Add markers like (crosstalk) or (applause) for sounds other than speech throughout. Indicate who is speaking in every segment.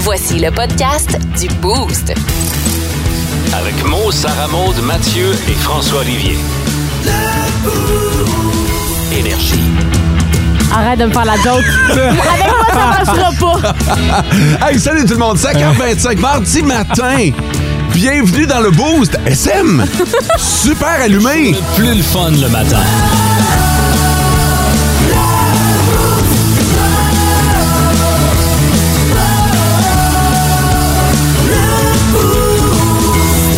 Speaker 1: Voici le podcast du Boost.
Speaker 2: Avec Mo, Sarah Maud, Mathieu et François Olivier. Énergie.
Speaker 3: Arrête de me faire la joke. Avec moi, ça marchera pas.
Speaker 4: Hey, salut tout le monde, 5h25, mardi matin. Bienvenue dans le Boost SM. Super allumé.
Speaker 2: Plus le fun le matin.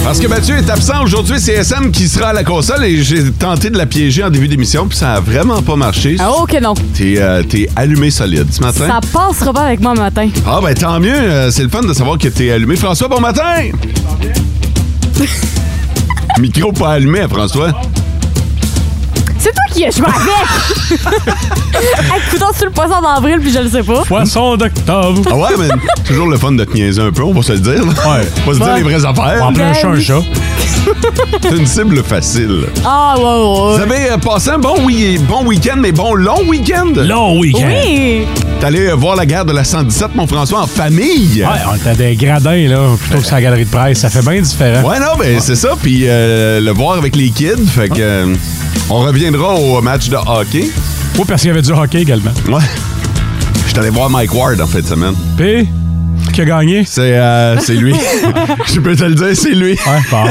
Speaker 4: Parce que Mathieu est absent aujourd'hui, c'est SM qui sera à la console et j'ai tenté de la piéger en début d'émission, puis ça a vraiment pas marché.
Speaker 3: Ah, oh que non.
Speaker 4: T'es euh, t'es allumé solide ce matin.
Speaker 3: Ça passera pas avec moi le matin.
Speaker 4: Ah ben tant mieux, euh, c'est le fun de savoir que t'es allumé. François, bon matin! Micro pas allumé, hein, François.
Speaker 3: C'est toi qui es, je m'en avec. (laughs) hey, coudonc, sur le poisson d'avril, puis je le sais pas.
Speaker 5: Poisson d'octobre.
Speaker 4: Ah ouais, mais toujours le fun de te niaiser un peu, on va se le dire. là.
Speaker 5: Ouais.
Speaker 4: On va se dire les vraies affaires.
Speaker 5: En plein
Speaker 3: Ben
Speaker 5: chat, un
Speaker 3: oui.
Speaker 5: chat.
Speaker 4: C'est une cible facile.
Speaker 3: Ah, ouais,
Speaker 4: Vous
Speaker 3: ouais, ouais.
Speaker 4: avez euh, passé un bon, oui- bon week-end, mais bon long week-end.
Speaker 5: Long week-end.
Speaker 4: Hein?
Speaker 3: Oui.
Speaker 4: T'es allé euh, voir la guerre de la 117, mon François, en famille.
Speaker 5: Ouais, on était des gradins, là, plutôt que sur la galerie de presse. Ça fait bien différent.
Speaker 4: Ouais, non, ben c'est ça. Puis euh, le voir avec les kids. Fait que. euh, on reviendra au match de hockey.
Speaker 5: Ouais, parce qu'il y avait du hockey également.
Speaker 4: Ouais. Je suis allé voir Mike Ward en fait cette semaine.
Speaker 5: Puis, qui a gagné?
Speaker 4: C'est euh, c'est
Speaker 5: (laughs)
Speaker 4: lui. Je peux te le dire, c'est lui.
Speaker 5: Ouais,
Speaker 4: (laughs)
Speaker 5: bon.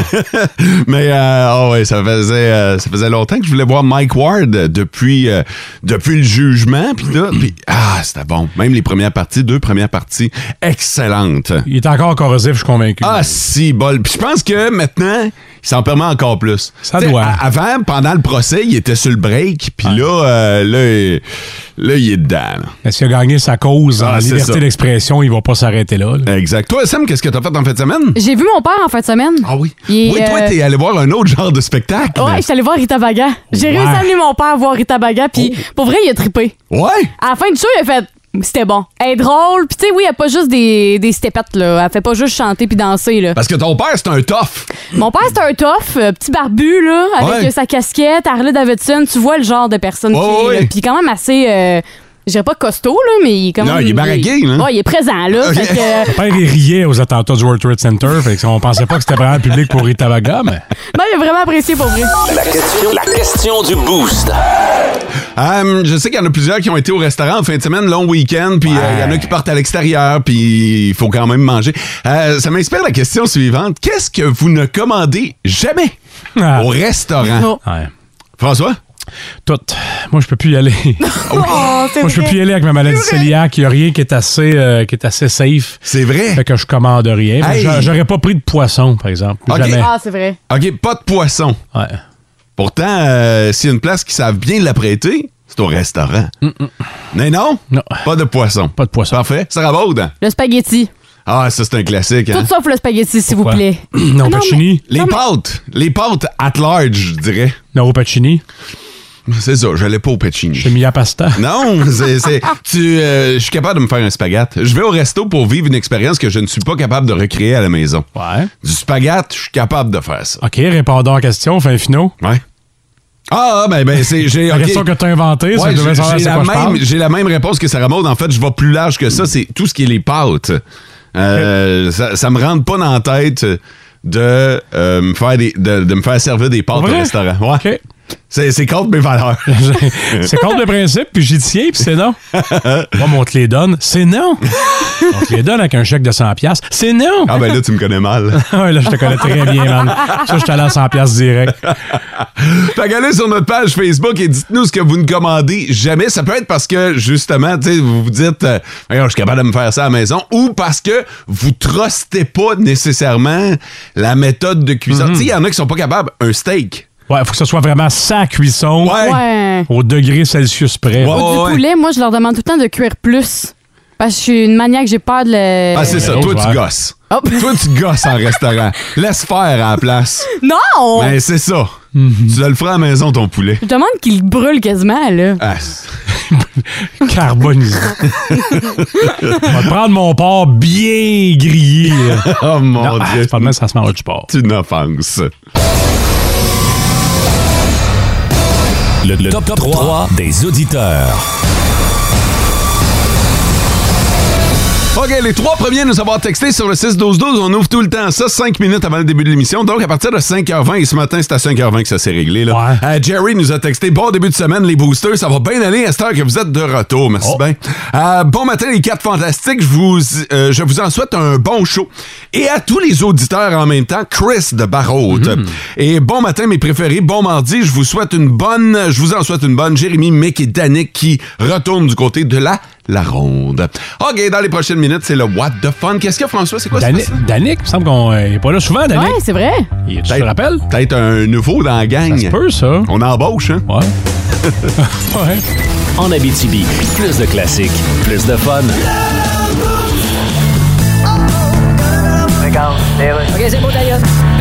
Speaker 4: Mais euh, ah ouais, ça faisait euh, ça faisait longtemps que je voulais voir Mike Ward depuis euh, depuis le jugement puis là puis ah, c'était bon. Même les premières parties, deux premières parties excellentes.
Speaker 5: Il est encore corrosif, je suis convaincu.
Speaker 4: Ah, si, bol. Puis je pense que maintenant, il s'en permet encore plus.
Speaker 5: Ça
Speaker 4: T'sais,
Speaker 5: doit.
Speaker 4: a- Avant, pendant le procès, il était sur le break, puis là, euh, là, il, là, il est dedans. là.
Speaker 5: Est-ce qu'il a gagné sa cause
Speaker 4: Ah,
Speaker 5: en
Speaker 4: c'est ça.
Speaker 5: liberté d'expression? Il va pas s'arrêter là. là.
Speaker 4: Exact. Toi, Sam, qu'est-ce que t'as fait en fin de semaine?
Speaker 3: J'ai vu mon père en fin de semaine.
Speaker 4: Ah oui.
Speaker 3: Il est,
Speaker 4: oui, toi,
Speaker 3: euh,
Speaker 4: t'es allé voir un autre genre de spectacle.
Speaker 3: Ouais, je suis allée voir Ritabaga. J'ai
Speaker 5: Ouais.
Speaker 3: réussi à amener mon père voir Ritabaga, puis
Speaker 4: Oh.
Speaker 3: pour vrai, il a trippé.
Speaker 4: Ouais?
Speaker 3: À la fin du show, il a fait. C'était bon. Elle est drôle. Puis, tu sais, oui, elle a pas juste des, des stepettes, là. Elle fait pas juste chanter puis danser, là.
Speaker 4: Parce que ton père, c'est un tough.
Speaker 3: Mon père, c'est un tough, euh, petit barbu, là, avec
Speaker 4: Ouais.
Speaker 3: euh, sa casquette, Harley Davidson. Tu vois le genre de personne
Speaker 4: Ouais,
Speaker 3: qui est, là.
Speaker 4: ouais.
Speaker 3: Puis quand même assez, euh, je dirais pas costaud, là, mais il est quand
Speaker 4: Non,
Speaker 3: même...
Speaker 4: il est baraqué, là.
Speaker 3: Ouais, il est présent, là.
Speaker 4: Ok.
Speaker 3: Fait que, euh,
Speaker 5: Mon père, il riait aux attentats du World Trade Center. Fait que on pensait pas que c'était vraiment public pour Itabaga, mais.
Speaker 3: non, il a vraiment apprécié, pour
Speaker 4: (laughs)
Speaker 3: vrai.
Speaker 2: La question, la question du boost.
Speaker 4: Hum, je sais qu'il y en a plusieurs qui ont été au restaurant en fin de semaine, long week-end, puis euh, il y en a qui partent à l'extérieur, puis il faut quand même manger. Euh, ça m'inspire la question suivante. Qu'est-ce que vous ne commandez jamais
Speaker 5: Ah.
Speaker 4: au hein. restaurant?
Speaker 3: Oh,
Speaker 5: Ouais.
Speaker 4: François?
Speaker 5: Tout. Moi, je peux plus y aller.
Speaker 3: Oh, c'est
Speaker 5: Moi, je peux
Speaker 3: vrai.
Speaker 5: plus y aller avec ma maladie
Speaker 3: C'est vrai.
Speaker 5: cœliaque. Il n'y a rien qui est assez, euh, qui est assez safe.
Speaker 4: C'est vrai?
Speaker 5: Fait que je commande rien. Fait que
Speaker 4: Hey.
Speaker 5: j'a- J'aurais pas pris de poisson, par exemple.
Speaker 4: Ok. Ah!
Speaker 5: Jamais.
Speaker 3: Ah, c'est vrai.
Speaker 4: OK, pas de poisson.
Speaker 5: Ouais.
Speaker 4: Pourtant, euh, s'il y a une place qui savent bien l'apprêter, c'est au restaurant. Mais non?
Speaker 5: Non.
Speaker 4: Pas de poisson.
Speaker 5: Pas de poisson.
Speaker 4: Parfait. Ça rabaude.
Speaker 3: Le spaghetti.
Speaker 4: Ah, ça, c'est un classique. hein?
Speaker 3: Tout sauf le spaghetti, s'il vous
Speaker 5: Pourquoi? (clears throat)
Speaker 3: plaît. Ah,
Speaker 4: Ah
Speaker 5: Non, Pacini.
Speaker 4: Les pâtes. Les pâtes at large, je dirais.
Speaker 5: Non, Pacini.
Speaker 4: C'est ça, j'allais pas au pecini.
Speaker 5: J'ai mis à pasta.
Speaker 4: Non, c'est, c'est- tu, euh, je suis capable de me faire un spaghette. Je vais au resto pour vivre une expérience que je ne suis pas capable de recréer à la maison.
Speaker 5: Ouais.
Speaker 4: Du spaghette, je suis capable de faire ça.
Speaker 5: OK, répondant à la question, fin finaux.
Speaker 4: Ouais. Ah, ben, ben, c'est, j'ai,
Speaker 5: La
Speaker 4: ok.
Speaker 5: question que t'as inventée, ça
Speaker 4: Ouais,
Speaker 5: devait
Speaker 4: j'ai,
Speaker 5: savoir
Speaker 4: j'ai
Speaker 5: c'est
Speaker 4: la
Speaker 5: quoi je
Speaker 4: même,
Speaker 5: parle.
Speaker 4: j'ai la même réponse que Sarah Maud. En fait, je vais plus large que ça. C'est tout ce qui est les pâtes. Euh, ça, ça me rentre pas dans la tête de, euh, me, faire des- de, de me faire servir des pâtes
Speaker 5: Vrai?
Speaker 4: au restaurant. Ouais.
Speaker 5: OK. (laughs)
Speaker 4: C'est, c'est contre mes valeurs.
Speaker 5: c'est contre le principe, puis j'y tiens, puis
Speaker 4: (laughs)
Speaker 5: c'est non. Moi, mais on te les donne. C'est non. On te les donne avec un chèque de 100$. piastres. C'est non. Ah
Speaker 4: ah, ben là, tu me connais mal.
Speaker 5: Ouais, là, je te connais très bien, man. Ça, je te lance 100$ piastres direct.
Speaker 4: Fait qu'allez sur notre page Facebook et dites-nous ce que vous ne commandez jamais. Ça peut être parce que, justement, tu sais, vous vous dites, euh, Voyons, je suis capable de me faire ça à la maison, ou parce que vous trustez pas nécessairement la méthode de
Speaker 5: Mhm.
Speaker 4: cuisson. Tu sais, il y en a qui sont pas capables. Un steak.
Speaker 5: Ouais, faut que ce soit vraiment sa cuisson.
Speaker 4: Ouais.
Speaker 3: Ouais.
Speaker 5: Au degré Celsius
Speaker 4: Ouais.
Speaker 5: près.
Speaker 3: Ou
Speaker 4: Oh, ouais.
Speaker 3: du poulet, moi, je leur demande tout le temps de cuire plus. Parce que je suis une maniaque, j'ai peur de le...
Speaker 4: Ah, c'est ça.
Speaker 5: euh,
Speaker 4: Toi,
Speaker 5: ouais.
Speaker 4: tu gosses.
Speaker 3: Oh.
Speaker 4: Toi, tu gosses en restaurant. Laisse faire à la place.
Speaker 3: (laughs) Non!
Speaker 4: Ben, c'est ça.
Speaker 5: Mhm.
Speaker 4: Tu le feras à la maison, ton poulet.
Speaker 3: Je demande qu'il brûle quasiment, là.
Speaker 4: Ah, (laughs) c'est- (laughs)
Speaker 5: Carbonisé. Je vais te prendre mon porc bien grillé. là.
Speaker 4: oh mon
Speaker 5: Ah,
Speaker 4: Dieu.
Speaker 5: c'est pas mal, ça se mange du porc.
Speaker 4: C'est une offense.
Speaker 2: Le, top, 3, des auditeurs.
Speaker 4: OK, les trois premiers à nous avoir texté sur le 6-12-12, on ouvre tout le temps ça, 5 minutes avant le début de l'émission. Donc, à partir de 5h20, et ce matin, c'est à 5h20 que ça s'est réglé. Là.
Speaker 5: Ouais.
Speaker 4: Euh, Jerry nous a texté Bon début de semaine, les boosters, ça va bien aller à cette heure que vous êtes de retour. Merci
Speaker 5: Oh.
Speaker 4: bien. Euh, bon matin, les quatre fantastiques. Je vous, euh, je vous en souhaite un bon show. Et à tous les auditeurs en même temps, Chris de Barraute.
Speaker 5: Mm-hmm.
Speaker 4: Et bon matin, mes préférés. Bon mardi. Je vous souhaite une bonne. Je vous en souhaite une bonne. Jérémy, Mick et Danick qui retournent du côté de la. La ronde. OK, dans les prochaines minutes, c'est le What the Fun. Qu'est-ce que François? C'est quoi ça?
Speaker 5: Danick, Danick, il me semble qu'on n'est pas là souvent, Danick.
Speaker 3: Ouais, c'est vrai.
Speaker 5: Il est- Tu te rappelles?
Speaker 4: Peut-être un nouveau dans la gang.
Speaker 5: Ça se peut, ça.
Speaker 4: On embauche, hein? (laughs)
Speaker 5: Ouais. ouais.
Speaker 2: En Abitibi, plus de classiques, plus de fun.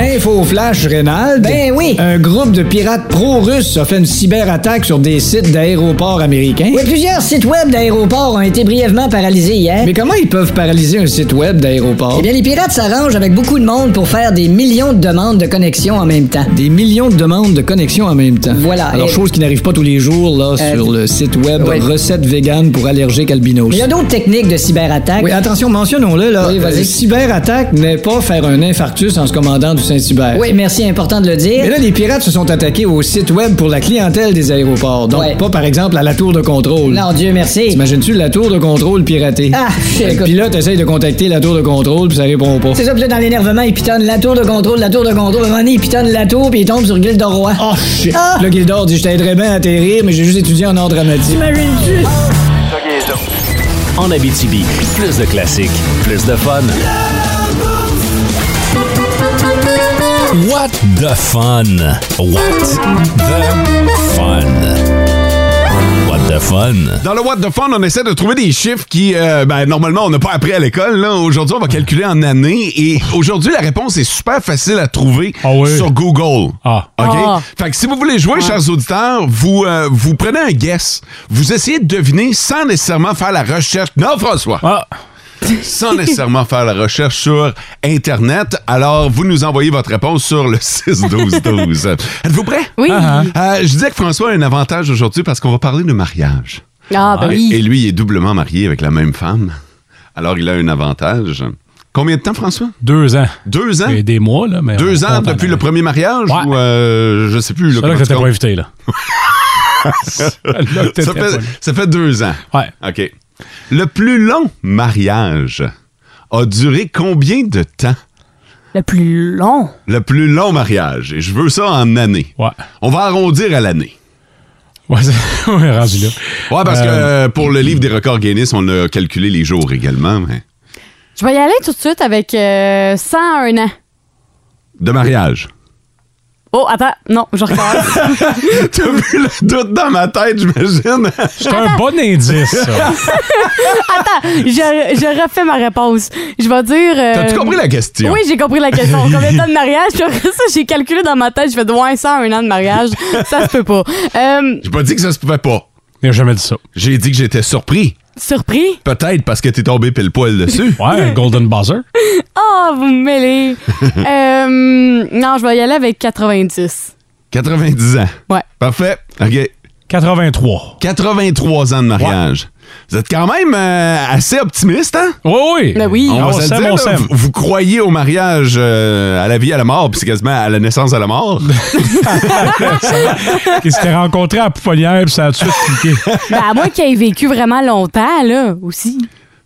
Speaker 6: Info flash Rénald. Ben oui. Un groupe de pirates pro-russes a fait une cyberattaque sur des sites d'aéroports américains.
Speaker 7: Oui, plusieurs sites web d'aéroports ont été brièvement paralysés hier.
Speaker 6: Mais comment ils peuvent paralyser un site web d'aéroport?
Speaker 7: Eh bien, les pirates s'arrangent avec beaucoup de monde pour faire des millions de demandes de connexion en même temps.
Speaker 6: Des millions de demandes de connexion en même temps.
Speaker 7: Voilà.
Speaker 6: Alors,
Speaker 7: Et-
Speaker 6: chose qui n'arrive pas tous les jours, là,
Speaker 7: Euh,
Speaker 6: sur le site web
Speaker 7: ouais.
Speaker 6: Recettes véganes pour allergiques albinos.
Speaker 7: Mais il y a d'autres techniques de cyberattaque.
Speaker 6: Oui, attention, mentionnons-le, là.
Speaker 7: Oui, vas-y.
Speaker 6: Euh, cyberattaque n'est pas faire un infarctus en se commandant du Saint-Hubert.
Speaker 7: Oui, merci, important de le
Speaker 6: Mais
Speaker 7: dire.
Speaker 6: là, les pirates se sont attaqués au site web pour la clientèle des aéroports. Donc,
Speaker 7: Ouais.
Speaker 6: pas, par exemple, à la tour de contrôle.
Speaker 7: Non, Dieu merci.
Speaker 6: T'imagines-tu la tour de contrôle piratée?
Speaker 7: Ah,
Speaker 6: Fait que
Speaker 7: écoute.
Speaker 6: Le pilote essaye de contacter la tour de contrôle, puis ça répond pas.
Speaker 7: C'est ça, puis là, dans l'énervement, il pitonne la tour de contrôle, la tour de contrôle. À un moment donné, il pitonne la tour, puis il tombe sur Gilles de Roy.
Speaker 6: Oh shit!
Speaker 7: Ah!
Speaker 6: Là, Gildor dit Je t'aiderais bien à atterrir, mais j'ai juste étudié en art dramatique.
Speaker 7: T'imagines-tu?
Speaker 2: En Abitibi, plus de classiques, plus de fun. What the fun? What the fun? What the fun?
Speaker 4: Dans le What the Fun, on essaie de trouver des chiffres qui, euh, ben, normalement, on n'a pas appris à l'école. là. Aujourd'hui, on va calculer en années. Et aujourd'hui, la réponse est super facile à trouver
Speaker 5: Ah oui.
Speaker 4: sur Google.
Speaker 5: Ah.
Speaker 4: OK?
Speaker 3: Ah.
Speaker 4: Fait que si vous voulez jouer, chers auditeurs, vous, euh, vous prenez un guess. Vous essayez de deviner sans nécessairement faire la recherche. Non, François!
Speaker 5: Ah.
Speaker 4: sans nécessairement faire la recherche sur Internet. Alors, vous nous envoyez votre réponse sur le
Speaker 3: (laughs)
Speaker 4: 6-12-12. Êtes-vous prêts?
Speaker 3: Oui.
Speaker 5: Ah,
Speaker 4: Euh, je disais que François a un avantage aujourd'hui parce qu'on va parler de mariage.
Speaker 3: Ah, ben
Speaker 4: Et
Speaker 3: oui.
Speaker 4: lui, il est doublement marié avec la même femme. Alors, il a un avantage. Combien de temps, François?
Speaker 5: Deux ans.
Speaker 4: Deux ans?
Speaker 5: Et des mois, là. Mais
Speaker 4: Hein? Deux
Speaker 5: on
Speaker 4: ans
Speaker 5: compte en
Speaker 4: depuis le
Speaker 5: années.
Speaker 4: premier mariage?
Speaker 5: euh, Ouais.
Speaker 4: Ou euh, je sais plus. là,
Speaker 5: C'est là
Speaker 4: comment
Speaker 5: que
Speaker 4: tu
Speaker 5: t'étais pas
Speaker 4: comptes.
Speaker 5: invité,
Speaker 4: (laughs)
Speaker 5: là. (laughs) Celle-là que t'étais
Speaker 4: ça,
Speaker 5: pas
Speaker 4: fait,
Speaker 5: là.
Speaker 4: ça fait deux ans.
Speaker 5: Ouais.
Speaker 4: OK. Le plus long mariage a duré combien de temps?
Speaker 3: Le plus long.
Speaker 4: Le plus long mariage. Et je veux ça en année.
Speaker 5: Ouais.
Speaker 4: On va arrondir à l'année.
Speaker 5: Ouais, c'est- (laughs) ouais, rendu là.
Speaker 4: Ouais, parce que euh, pour le livre des records Guinness, on a calculé les jours également. mais-
Speaker 3: Je vais y aller tout de suite avec euh, 101 ans.
Speaker 4: De mariage.
Speaker 3: Oh, attends. Non, je recommence. (laughs)
Speaker 4: (laughs) T'as vu le doute dans ma tête, j'imagine?
Speaker 5: C'est un bon indice, ça.
Speaker 3: je, je refais ma réponse. Je vais dire... euh,
Speaker 4: T'as-tu compris la question?
Speaker 3: Oui, j'ai compris la
Speaker 4: (laughs)
Speaker 3: question. Combien de temps de mariage? Puis après ça, j'ai calculé dans ma tête. Je fais de ouais, ça, un an de mariage. Ça se peut pas. Euh,
Speaker 4: J'ai pas dit que ça se pouvait pas.
Speaker 5: Il a jamais dit ça.
Speaker 4: J'ai dit que j'étais surpris.
Speaker 3: surpris?
Speaker 4: Peut-être parce que t'es tombé pile poil
Speaker 5: (laughs)
Speaker 4: dessus.
Speaker 5: Ouais, Golden Buzzer.
Speaker 3: Ah, vous me
Speaker 4: (laughs)
Speaker 3: mêlez. Euh, non, je vais y aller avec 90.
Speaker 4: 90 ans.
Speaker 3: Ouais.
Speaker 4: Parfait. OK.
Speaker 5: 83.
Speaker 4: 83 ans de mariage. Vous êtes quand même euh, assez optimiste, hein?
Speaker 5: Oui, oui. Ah,
Speaker 3: Ben oui.
Speaker 5: On,
Speaker 4: va se
Speaker 5: s'aime,
Speaker 4: le dire,
Speaker 5: on
Speaker 4: là,
Speaker 5: s'aime.
Speaker 4: (laughs) vous, vous croyez au mariage euh, à la vie, à la mort, puis c'est quasiment à la naissance, à la
Speaker 5: (laughs)
Speaker 4: mort.
Speaker 5: Ils s'étaient rencontrés à Pouponnière, puis ça a tout de suite cliqué.
Speaker 3: Ben, à moins qu'il ait vécu vraiment longtemps, là, aussi.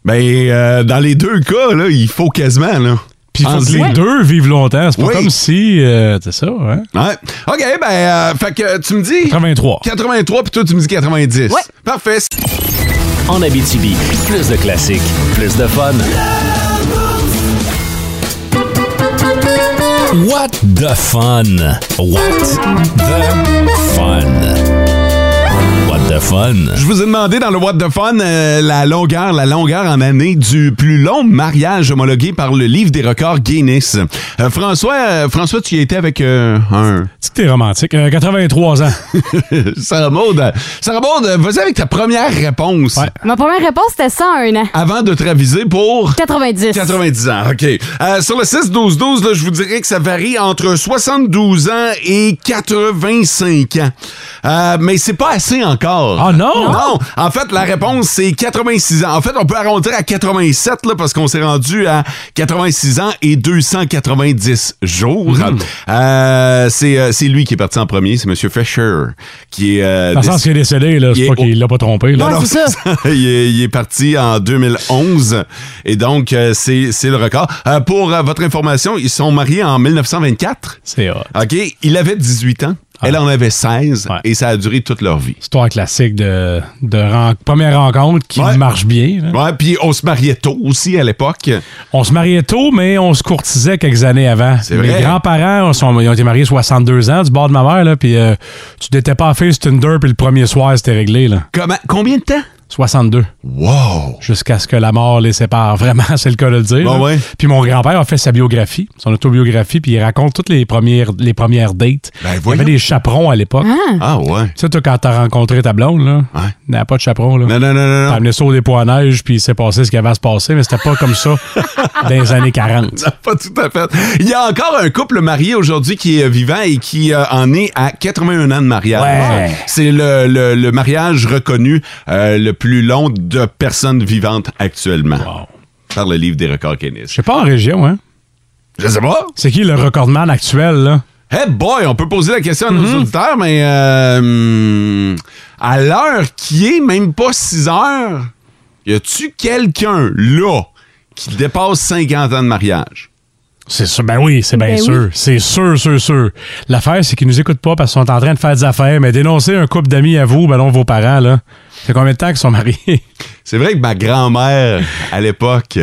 Speaker 4: ben, euh, dans les deux cas, là, il faut quasiment, là.
Speaker 5: Puis il faut que
Speaker 4: Entre
Speaker 5: les
Speaker 4: les
Speaker 5: deux vivent longtemps. C'est pas
Speaker 4: Oui.
Speaker 5: comme si... euh, c'est ça, hein?
Speaker 4: Ouais. OK, ben, euh, fait que tu me dis
Speaker 5: 83.
Speaker 4: 83, puis toi, tu me dis 90.
Speaker 3: Ouais.
Speaker 4: Parfait.
Speaker 2: En Abitibi, plus de classiques, plus de fun. What the fun? What the fun? What the fun?
Speaker 4: Je vous ai demandé dans le What the Fun euh, la longueur, la longueur en année du plus long mariage homologué par le livre des records Guinness. Euh, François, euh, François, tu y étais avec euh, un... (laughs)
Speaker 5: Tu que t'es romantique. Euh, 83 ans.
Speaker 4: Sarah Maud, euh, Sarah Maud, euh, vas-y avec ta première réponse.
Speaker 5: Ouais.
Speaker 3: Ma première réponse, c'était 101 ans.
Speaker 4: Avant de te raviser pour...
Speaker 3: 90.
Speaker 4: 90 ans, OK. Euh, sur le 6-12-12, là, je vous dirais que ça varie entre 72 ans et 85 ans. Euh, mais c'est pas assez encore tard.
Speaker 5: Ah, non?
Speaker 4: Non! En fait, la réponse, c'est 86 ans. En fait, on peut arrondir à 87, là, parce qu'on s'est rendu à 86 ans et 290 jours.
Speaker 5: Mm-hmm.
Speaker 4: Euh, c'est euh, c'est lui qui est parti en premier, c'est M. Fisher, qui est... euh,
Speaker 5: Dans le sens qu'il est décédé, là,
Speaker 4: Il
Speaker 5: c'est
Speaker 4: est
Speaker 5: pas
Speaker 4: au-
Speaker 5: qu'il l'a pas trompé. Là.
Speaker 4: non, non,
Speaker 3: c'est ça.
Speaker 4: (laughs) il, est, il est parti en 2011 et donc euh, c'est c'est le record. Euh, pour euh, votre information, ils sont mariés en 1924.
Speaker 5: C'est hot.
Speaker 4: OK, il avait 18 ans, elle en avait 16
Speaker 5: Ouais.
Speaker 4: et ça a duré toute leur vie.
Speaker 5: Histoire classique de, de ren- première rencontre qui
Speaker 4: Ouais.
Speaker 5: marche bien. là.
Speaker 4: Ouais, puis on se mariait tôt aussi à l'époque.
Speaker 5: On se mariait tôt, mais on se courtisait quelques années avant.
Speaker 4: C'est vrai.
Speaker 5: Mes grands-parents sont- ils ont été mariés 62 ans du bord de ma mère, là, puis euh, tu n'étais pas fait Tinder, puis le premier soir, c'était réglé. Là.
Speaker 4: Comment combien de temps
Speaker 5: 62.
Speaker 4: Wow!
Speaker 5: jusqu'à ce que la mort les sépare. (laughs) Vraiment, c'est le cas de le dire.
Speaker 4: Bon,
Speaker 5: là.
Speaker 4: ouais.
Speaker 5: Puis mon grand-père a fait sa biographie, son autobiographie, puis il raconte toutes les premières, les premières dates.
Speaker 4: Ben,
Speaker 5: il y
Speaker 4: voyons.
Speaker 5: avait des chaperons à l'époque.
Speaker 4: Ah ouais.
Speaker 5: Tu sais, toi, quand t'as rencontré ta blonde, là,
Speaker 4: Ouais.
Speaker 5: il n'y avait pas de chaperon. Là.
Speaker 4: Non non non non.
Speaker 5: T'as
Speaker 4: non.
Speaker 5: amené ça au dépôt à neige, puis il s'est passé ce qu'il y avait à se passer, mais c'était pas
Speaker 4: (laughs)
Speaker 5: comme ça dans les années 40.
Speaker 4: Pas tout à fait. Il y a encore un couple marié aujourd'hui qui est vivant et qui euh, en est à 81 ans de mariage.
Speaker 5: Ouais.
Speaker 4: C'est le, le- le mariage reconnu euh, le plus long de personnes vivantes actuellement.
Speaker 5: Wow.
Speaker 4: Par le livre des records
Speaker 5: Je
Speaker 4: Guinness.
Speaker 5: sais pas en région, hein?
Speaker 4: Je sais pas.
Speaker 5: C'est qui le recordman actuel, là?
Speaker 4: Hey boy, on peut poser la question à nos
Speaker 5: Mm-hmm.
Speaker 4: auditeurs, mais euh, hmm, à l'heure qui est, même pas 6 heures, y a-tu quelqu'un là qui dépasse 50 ans de mariage?
Speaker 5: C'est sûr, ben oui, c'est bien
Speaker 3: Ben
Speaker 5: sûr. C'est sûr, sûr, sûr. L'affaire, c'est qu'ils nous écoutent pas parce qu'ils sont en train de faire des affaires, mais dénoncer un couple d'amis à vous, ben non, vos parents, là. C'est combien de temps qu'ils sont mariés? (laughs)
Speaker 4: C'est vrai que ma grand-mère, à l'époque,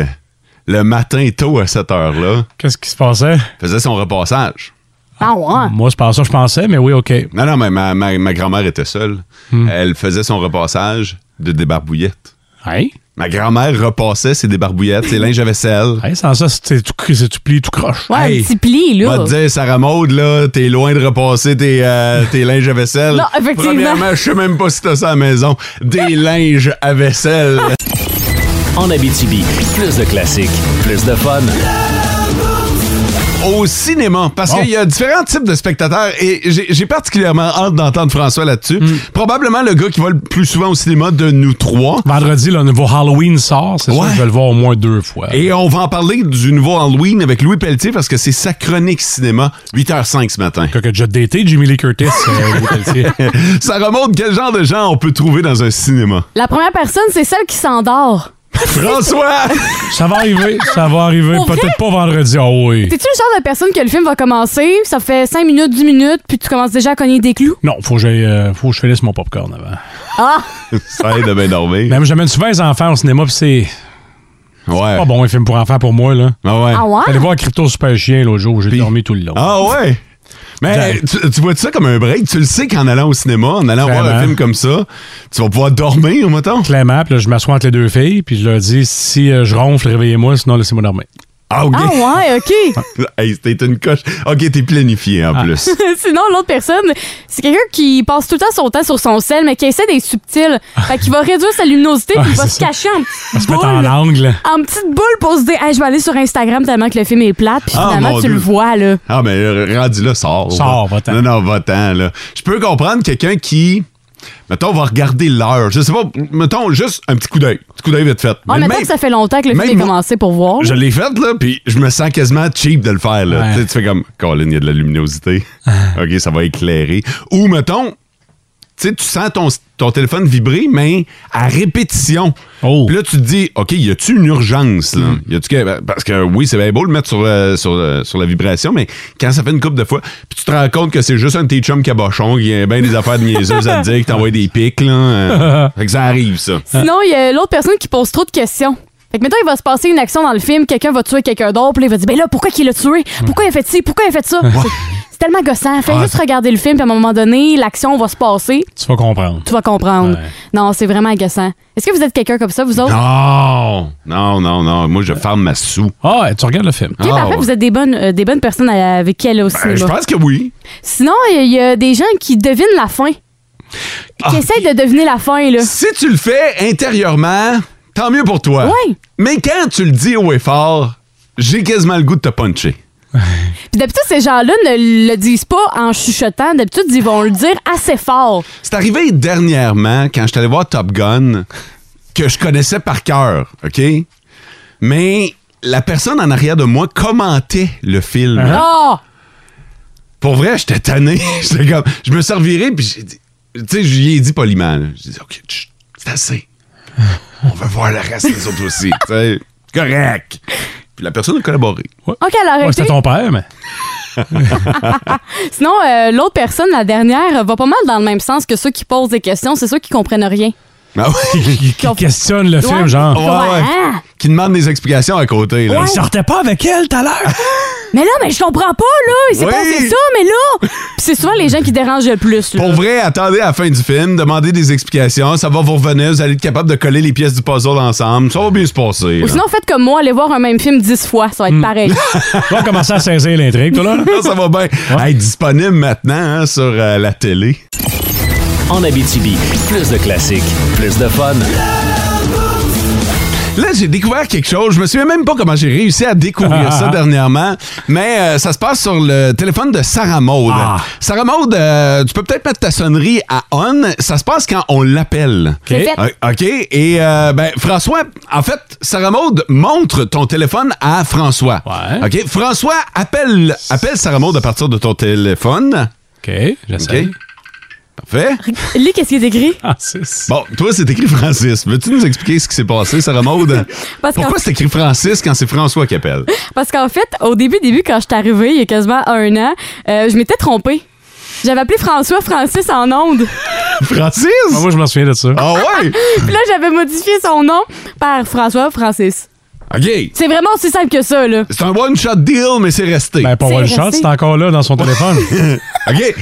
Speaker 4: le matin tôt à cette heure-là,
Speaker 5: Qu'est-ce qui se passait?
Speaker 4: faisait son repassage.
Speaker 3: Ah ouais.
Speaker 5: Moi, c'est pas ça que je pensais, mais oui, OK.
Speaker 4: Non, non, mais ma, ma- ma grand-mère était seule.
Speaker 3: Hmm.
Speaker 4: Elle faisait son repassage de débarbouillette.
Speaker 5: Hein?
Speaker 4: Ma grand-mère repassait ses débarbouillettes, ses linges à vaisselle.
Speaker 5: Hein, sans ça, c'est tout, cri- c'est tout pli, tout croche.
Speaker 3: Ouais,
Speaker 4: Hey,
Speaker 3: un petit pli,
Speaker 4: Va
Speaker 3: là.
Speaker 4: te dire, Sarah Maud, là, t'es loin de repasser tes, euh, tes linges à vaisselle.
Speaker 3: Non, effectivement.
Speaker 4: Premièrement, je sais même pas si t'as ça à la maison.
Speaker 3: (laughs)
Speaker 4: Des linges à vaisselle.
Speaker 2: En Abitibi, plus de classiques, plus de fun.
Speaker 4: Au cinéma, parce
Speaker 5: Bon.
Speaker 4: qu'il y a différents types de spectateurs et j'ai j'ai particulièrement hâte d'entendre François là-dessus.
Speaker 5: Hmm.
Speaker 4: Probablement le gars qui va le plus souvent au cinéma de nous trois.
Speaker 5: Vendredi, le nouveau Halloween sort. C'est sûr
Speaker 4: Ouais.
Speaker 5: que je vais le voir au moins deux fois.
Speaker 4: Et on va en parler du nouveau Halloween avec Louis Pelletier parce que c'est sa chronique cinéma, 8h05 ce matin. (laughs)
Speaker 5: Que, que j'ai daté Jimmy Lee Curtis. euh, Louis Pelletier.
Speaker 4: Ça remonte quel genre de gens on peut trouver dans un cinéma.
Speaker 3: La première personne, c'est celle qui s'endort.
Speaker 5: (laughs)
Speaker 4: François!
Speaker 5: ça va arriver, ça va arriver.
Speaker 3: Pour vrai?
Speaker 5: Peut-être pas vendredi. Ah oui.
Speaker 3: T'es-tu le genre de personne que le film va commencer, ça fait 5 minutes, 10 minutes, puis tu commences déjà à cogner des clous?
Speaker 5: Non, faut que, j'aille, euh, faut que je finisse mon popcorn avant.
Speaker 3: Ah!
Speaker 4: Ça aide à bien dormir.
Speaker 5: Même j'amène souvent les enfants au cinéma, puis c'est
Speaker 4: Ouais.
Speaker 5: pas bon les films pour enfants pour moi, là.
Speaker 4: Ah ouais.
Speaker 3: Ah ouais?
Speaker 5: J'allais voir Crypto Super Chien l'autre jour, j'ai
Speaker 4: Puis-
Speaker 5: dormi tout le long.
Speaker 4: Ah ouais? Mais
Speaker 5: J'arrive.
Speaker 4: tu, tu vois ça comme un break? Tu le sais qu'en allant au cinéma, en allant voir un
Speaker 5: Vraiment.
Speaker 4: film comme ça, tu vas pouvoir dormir, mettons?
Speaker 5: Clairement, puis là, je m'assois entre les deux filles, puis je leur dis si euh, je ronfle, réveillez-moi, sinon laissez-moi dormir.
Speaker 4: Ah, ok.
Speaker 3: Ah ouais, OK.
Speaker 4: (laughs) Hey, c'était une coche. Ok, t'es planifié
Speaker 5: Ah.
Speaker 4: en
Speaker 5: (laughs)
Speaker 4: plus.
Speaker 3: (laughs) Sinon, l'autre personne, c'est quelqu'un qui passe tout le temps son temps sur son sel, mais qui essaie d'être subtil. Fait qu'il va réduire sa luminosité, puis
Speaker 5: Ouais,
Speaker 3: il va
Speaker 5: c'est
Speaker 3: se
Speaker 5: ça.
Speaker 3: cacher en
Speaker 5: On se
Speaker 3: petite
Speaker 5: met en
Speaker 3: boule.
Speaker 5: angle.
Speaker 3: En petite boule pour se dire, hey, je vais aller sur Instagram tellement que le film est plat, puis
Speaker 4: Ah,
Speaker 3: finalement,
Speaker 4: mon
Speaker 3: tu
Speaker 4: Dieu.
Speaker 3: le vois, là.
Speaker 4: Ah, mais euh, rendu là, sors.
Speaker 5: Sors, va-t'en.
Speaker 4: Non, non, va-t'en, là. Je peux comprendre quelqu'un qui, mettons, va regarder l'heure. Je sais pas, mettons, juste un petit coup d'œil. Un petit coup d'œil vite fait.
Speaker 3: Ah, maintenant
Speaker 4: même-
Speaker 3: que ça fait longtemps que le
Speaker 4: même
Speaker 3: film est
Speaker 4: moi-
Speaker 3: commencé pour voir.
Speaker 4: Je l'ai fait, là, puis je me sens quasiment cheap de le faire, là.
Speaker 5: Ouais. Ah.
Speaker 4: Tu sais, Tu fais comme, Colin, il y a de la luminosité. OK, ça va éclairer. Ou, mettons, tu sais, tu sens ton, ton téléphone vibrer, mais à répétition.
Speaker 5: Oh. Hmm.
Speaker 4: Puis là, tu te dis, OK, y a-tu une urgence, là? Y a-tu que- Parce que oui, c'est bien beau le mettre sur, euh, sur, euh, sur la vibration, mais quand ça fait une couple de fois, puis tu te rends compte que c'est juste un de tes chums cabochon qui a bien des affaires de niaiseuses à te dire, qui t'envoie des pics, là.
Speaker 5: (laughs)
Speaker 4: euh, fait que ça arrive, ça.
Speaker 3: Sinon, il y a l'autre personne qui pose trop de questions. Fait que maintenant, il va se passer une action dans le film, quelqu'un va tuer quelqu'un d'autre, puis là, il va dire, ben là, pourquoi qu'il l'a tué? Pourquoi il a fait ci? Pourquoi il a fait ça? C'est- C'est tellement gossant. Fais
Speaker 5: Ouais.
Speaker 3: juste regarder le film, puis à un moment donné, l'action va se passer,
Speaker 5: Tu vas comprendre.
Speaker 3: tu vas comprendre.
Speaker 5: Ouais.
Speaker 3: Non, c'est vraiment agaçant. Est-ce que vous êtes quelqu'un comme ça, vous autres?
Speaker 4: Non! Non, non, non. Moi, je ferme ma sou.
Speaker 5: Ah, ouais, tu regardes le film.
Speaker 3: Ok,
Speaker 4: Ah,
Speaker 3: parfait,
Speaker 4: ouais.
Speaker 3: vous êtes des bonnes, euh, des bonnes personnes à- avec qui aller au
Speaker 4: Ben, je
Speaker 3: cinéma.
Speaker 4: pense que oui.
Speaker 3: Sinon, il y a des gens qui devinent la fin. Qui
Speaker 4: Ah.
Speaker 3: essayent de deviner la fin, là.
Speaker 4: Si tu le fais intérieurement, tant mieux pour toi.
Speaker 3: Ouais.
Speaker 4: Mais quand tu le dis haut et fort, j'ai quasiment le goût de te puncher.
Speaker 3: Puis d'habitude, ces gens-là ne le disent pas en chuchotant. D'habitude, ils vont le dire assez fort.
Speaker 4: C'est arrivé dernièrement, quand je suis allé voir Top Gun, que je connaissais par cœur, OK? Mais la personne en arrière de moi commentait le film.
Speaker 3: Ah!
Speaker 4: Pour vrai, j'étais tanné. (laughs) J'étais comme, je me servirais, puis j'ai dit, tu sais, je lui ai dit poliment. là. J'ai dit, OK, chut, c'est assez. On va voir le reste des autres aussi. tu sais. correct. Puis la personne a collaboré.
Speaker 3: OK, elle a
Speaker 5: Ouais,
Speaker 3: arrêté.
Speaker 5: c'était ton
Speaker 4: (laughs)
Speaker 5: père, mais.
Speaker 3: Sinon, euh, l'autre personne, la dernière, va pas mal dans le même sens que ceux qui posent des questions. C'est ceux qui comprennent rien.
Speaker 4: Ah oui.
Speaker 5: Qui, qui questionne le film,
Speaker 3: Ouais.
Speaker 5: genre.
Speaker 3: Comment?
Speaker 4: (laughs) Ouais, ouais.
Speaker 3: Ah!
Speaker 4: Qui demande des explications à côté. Là.
Speaker 5: Il sortait pas avec elle tout à l'heure.
Speaker 3: Mais là, mais je comprends pas, là. Il s'est
Speaker 4: Oui.
Speaker 3: passé ça, mais
Speaker 4: (laughs)
Speaker 3: là. Puis c'est souvent les gens qui dérangent le plus. là.
Speaker 4: Pour vrai, attendez à la fin du film, demandez des explications, ça va vous revenir, vous allez être capable de coller les pièces du puzzle ensemble, ça va bien se passer.
Speaker 3: Ou
Speaker 4: là. Hmm.
Speaker 3: sinon, faites comme moi, allez voir un même film dix fois. Ça va être pareil.
Speaker 5: On va commencer à saisir l'intrigue,
Speaker 3: (laughs)
Speaker 5: toi, là.
Speaker 4: (laughs) Ça va bien. Hey, disponible maintenant hein, sur euh, la télé.
Speaker 2: En Abitibi, plus de classiques, plus de fun.
Speaker 4: Là, j'ai découvert quelque chose. Je me souviens même pas comment j'ai réussi à découvrir
Speaker 5: (laughs)
Speaker 4: ça dernièrement, mais euh, ça se passe sur le téléphone de Sarah Maud.
Speaker 5: Ah.
Speaker 4: Sarah Maud, euh, tu peux peut-être mettre ta sonnerie à on. Ça se passe quand on l'appelle.
Speaker 3: C'est fait.
Speaker 4: Euh, OK. Et euh, ben, François, en fait, Sarah Maud montre ton téléphone à François.
Speaker 5: Ouais.
Speaker 4: OK. François, appelle, appelle Sarah Maud à partir de ton téléphone.
Speaker 5: OK,
Speaker 4: OK.
Speaker 5: j'essaie. Ah,
Speaker 4: Parfait.
Speaker 3: Lis qu'est-ce qui est écrit.
Speaker 5: Francis.
Speaker 4: Bon, toi, c'est écrit Francis. Veux-tu nous expliquer ce qui s'est passé, Sarah Maud?
Speaker 3: (laughs) Parce qu'en-
Speaker 4: Pourquoi c'est écrit Francis quand c'est François qui appelle?
Speaker 3: Parce qu'en fait, au début, début, quand je suis arrivée, il y a quasiment un an, euh, je m'étais trompée. J'avais appelé François Francis en onde.
Speaker 4: Francis?
Speaker 5: Ah, moi, je m'en souviens de ça.
Speaker 4: Ah ouais?
Speaker 3: Puis là, j'avais modifié son nom par François Francis.
Speaker 4: OK. Euh.
Speaker 3: C'est vraiment aussi simple que ça, là.
Speaker 4: C'est un one-shot deal, mais c'est resté.
Speaker 5: Ben, pour
Speaker 3: C'est
Speaker 5: one shot,
Speaker 3: resté.
Speaker 5: c'est encore là dans
Speaker 4: (laughs)
Speaker 5: son téléphone.
Speaker 4: OK.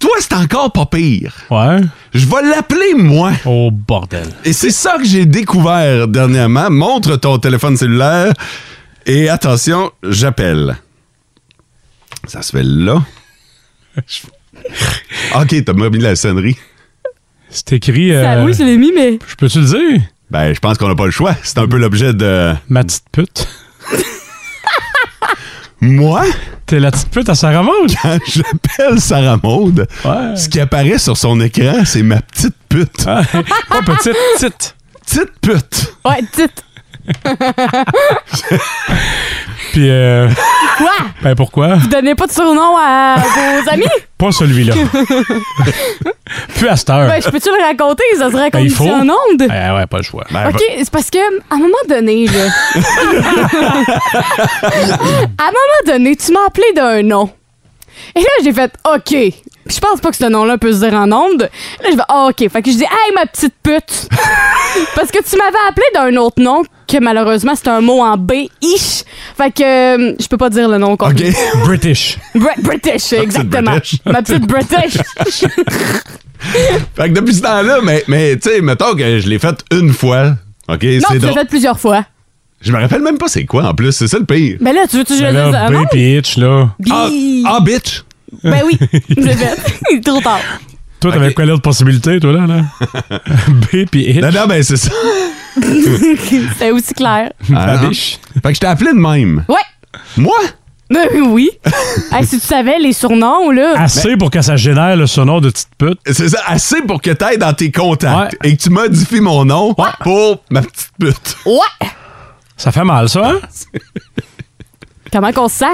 Speaker 4: Toi, c'est encore pas pire.
Speaker 5: Ouais.
Speaker 4: Je vais l'appeler, moi.
Speaker 5: Oh, bordel.
Speaker 4: Et c'est ça que j'ai découvert dernièrement. Montre ton téléphone cellulaire. Et attention, j'appelle. Ça se fait
Speaker 5: (laughs)
Speaker 4: là. OK, t'as mis la sonnerie.
Speaker 5: C'est écrit. euh,
Speaker 3: Ça, oui, je l'ai mis, mais.
Speaker 5: je peux-tu le dire?
Speaker 4: Ben, je pense qu'on n'a pas le choix. C'est un peu l'objet de...
Speaker 5: Ma petite pute.
Speaker 4: Moi? (laughs)
Speaker 5: T'es la petite pute à Sarah Maud?
Speaker 4: Quand j'appelle Sarah Maud,
Speaker 5: Ouais. (laughs) Ah.
Speaker 4: ce qui apparaît sur son écran, c'est ma petite pute.
Speaker 5: Pas Oh, petite, petite.
Speaker 4: Petite pute.
Speaker 3: Ouais, titre.
Speaker 5: Puis, euh,
Speaker 3: Quoi?
Speaker 5: ben pourquoi?
Speaker 3: Donnez pas de surnom à
Speaker 5: (laughs)
Speaker 3: vos amis?
Speaker 5: Pas
Speaker 3: (laughs)
Speaker 5: celui-là. Puis à cette heure.
Speaker 3: Ben, je peux-tu le raconter? Ça se raconte
Speaker 5: Ben, il
Speaker 3: ici
Speaker 5: faut.
Speaker 3: en onde?
Speaker 5: Ben ouais, pas le choix.
Speaker 4: Ben,
Speaker 3: OK, c'est parce que à un moment donné,
Speaker 5: (laughs)
Speaker 3: là. à un moment donné, tu m'as appelé d'un nom. Et là, j'ai fait OK. Puis Je pense pas que ce nom-là peut se dire en ondes. Là, je vais Ah, OK. Fait que je dis Hey, ma petite
Speaker 5: (laughs)
Speaker 3: pute. parce que tu m'avais appelé d'un autre nom que malheureusement, c'est un mot en B-ish. Fait que euh, je peux pas dire le nom complet.
Speaker 4: OK.
Speaker 5: (laughs) British.
Speaker 3: Br- British, exactement.
Speaker 4: British.
Speaker 3: Ma
Speaker 5: (laughs)
Speaker 3: petite British.
Speaker 4: Fait que depuis ce temps-là, mais, mais tu sais, mettons que je l'ai faite une fois.
Speaker 3: non,
Speaker 4: OK, c'est
Speaker 3: tu l'as
Speaker 4: drôle.
Speaker 3: fait plusieurs fois.
Speaker 4: Je me rappelle même pas c'est quoi en plus, c'est ça le pire.
Speaker 3: Ben là, tu veux-tu que je
Speaker 5: Ben
Speaker 3: le dise
Speaker 5: là,
Speaker 3: en ondes?
Speaker 5: B pitch, là.
Speaker 4: Ah,
Speaker 3: Bi-
Speaker 4: ah, bitch!
Speaker 3: Ben
Speaker 5: (laughs)
Speaker 3: oui, je l'ai fait. Il est trop tard.
Speaker 5: Toi, t'avais
Speaker 4: Ok.
Speaker 5: quoi l'autre possibilité, toi,
Speaker 4: (laughs)
Speaker 5: là? là? B puis itch.
Speaker 4: Non, non, ben c'est ça.
Speaker 3: C'était aussi clair.
Speaker 4: Ah, non.
Speaker 5: biche.
Speaker 4: Fait que je t'ai appelé de même.
Speaker 3: Ouais.
Speaker 4: Moi?
Speaker 3: Ben oui. Hey, si tu savais les surnoms, là.
Speaker 5: Assez pour que ça génère le surnom de petite pute.
Speaker 4: C'est ça, assez pour que t'ailles dans tes contacts
Speaker 5: Ouais.
Speaker 4: et que tu modifies mon nom pour ma petite pute.
Speaker 3: Ouais.
Speaker 5: Ça fait mal, ça, hein?
Speaker 3: Comment qu'on se sent?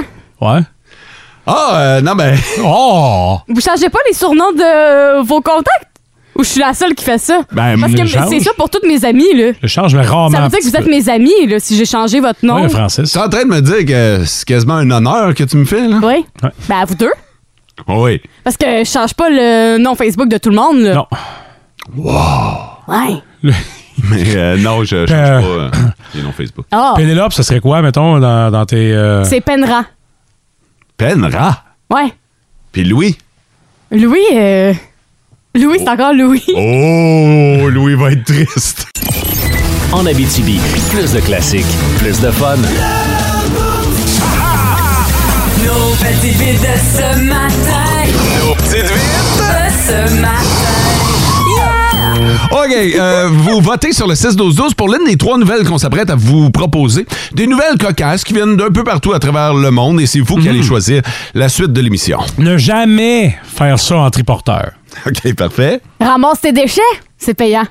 Speaker 5: Ouais.
Speaker 4: Ah, euh, non, ben, (laughs)
Speaker 5: Oh!
Speaker 3: Vous changez pas les surnoms de euh, vos contacts? Ou je suis la seule qui fait ça?
Speaker 5: Ben,
Speaker 3: Parce
Speaker 5: mais
Speaker 3: que
Speaker 5: change.
Speaker 3: c'est ça pour toutes mes amies, là.
Speaker 5: Je change, mais rarement.
Speaker 3: Ça veut dire que vous êtes mes amis, là, si j'ai changé votre nom.
Speaker 5: Oui,
Speaker 3: Oui.
Speaker 5: Francis.
Speaker 4: tu es en train de me dire que c'est quasiment un honneur que tu me fais, là?
Speaker 5: Ouais.
Speaker 3: Ben, à vous deux.
Speaker 4: Oui.
Speaker 3: Parce que je change pas le nom Facebook de tout le monde, là.
Speaker 5: Non.
Speaker 3: Ouais.
Speaker 4: Mais euh, non, je change
Speaker 5: Euh.
Speaker 4: pas euh, les noms Facebook.
Speaker 3: Ah,
Speaker 5: Pénélope, ça serait quoi, mettons, dans, dans tes. euh,
Speaker 3: c'est Penra.
Speaker 4: Penra.
Speaker 3: Ouais.
Speaker 4: Puis Louis.
Speaker 3: Louis, euh... Louis, c'est encore Louis.
Speaker 4: Oh, Louis va être triste.
Speaker 2: En Abitibi, plus de classiques, plus de fun.
Speaker 8: Nos petites vites de ce matin. Nos petites vites de ce matin. Yeah!
Speaker 4: OK, euh, vous votez sur le 6-12-12 pour l'une des trois nouvelles qu'on s'apprête à vous proposer. Des nouvelles cocasses qui viennent d'un peu partout à travers le monde et c'est vous qui allez choisir la suite de l'émission. (laughs)
Speaker 5: Ne jamais faire ça en triporteur.
Speaker 4: OK, parfait.
Speaker 3: (laughs) Ramasse tes déchets, c'est payant.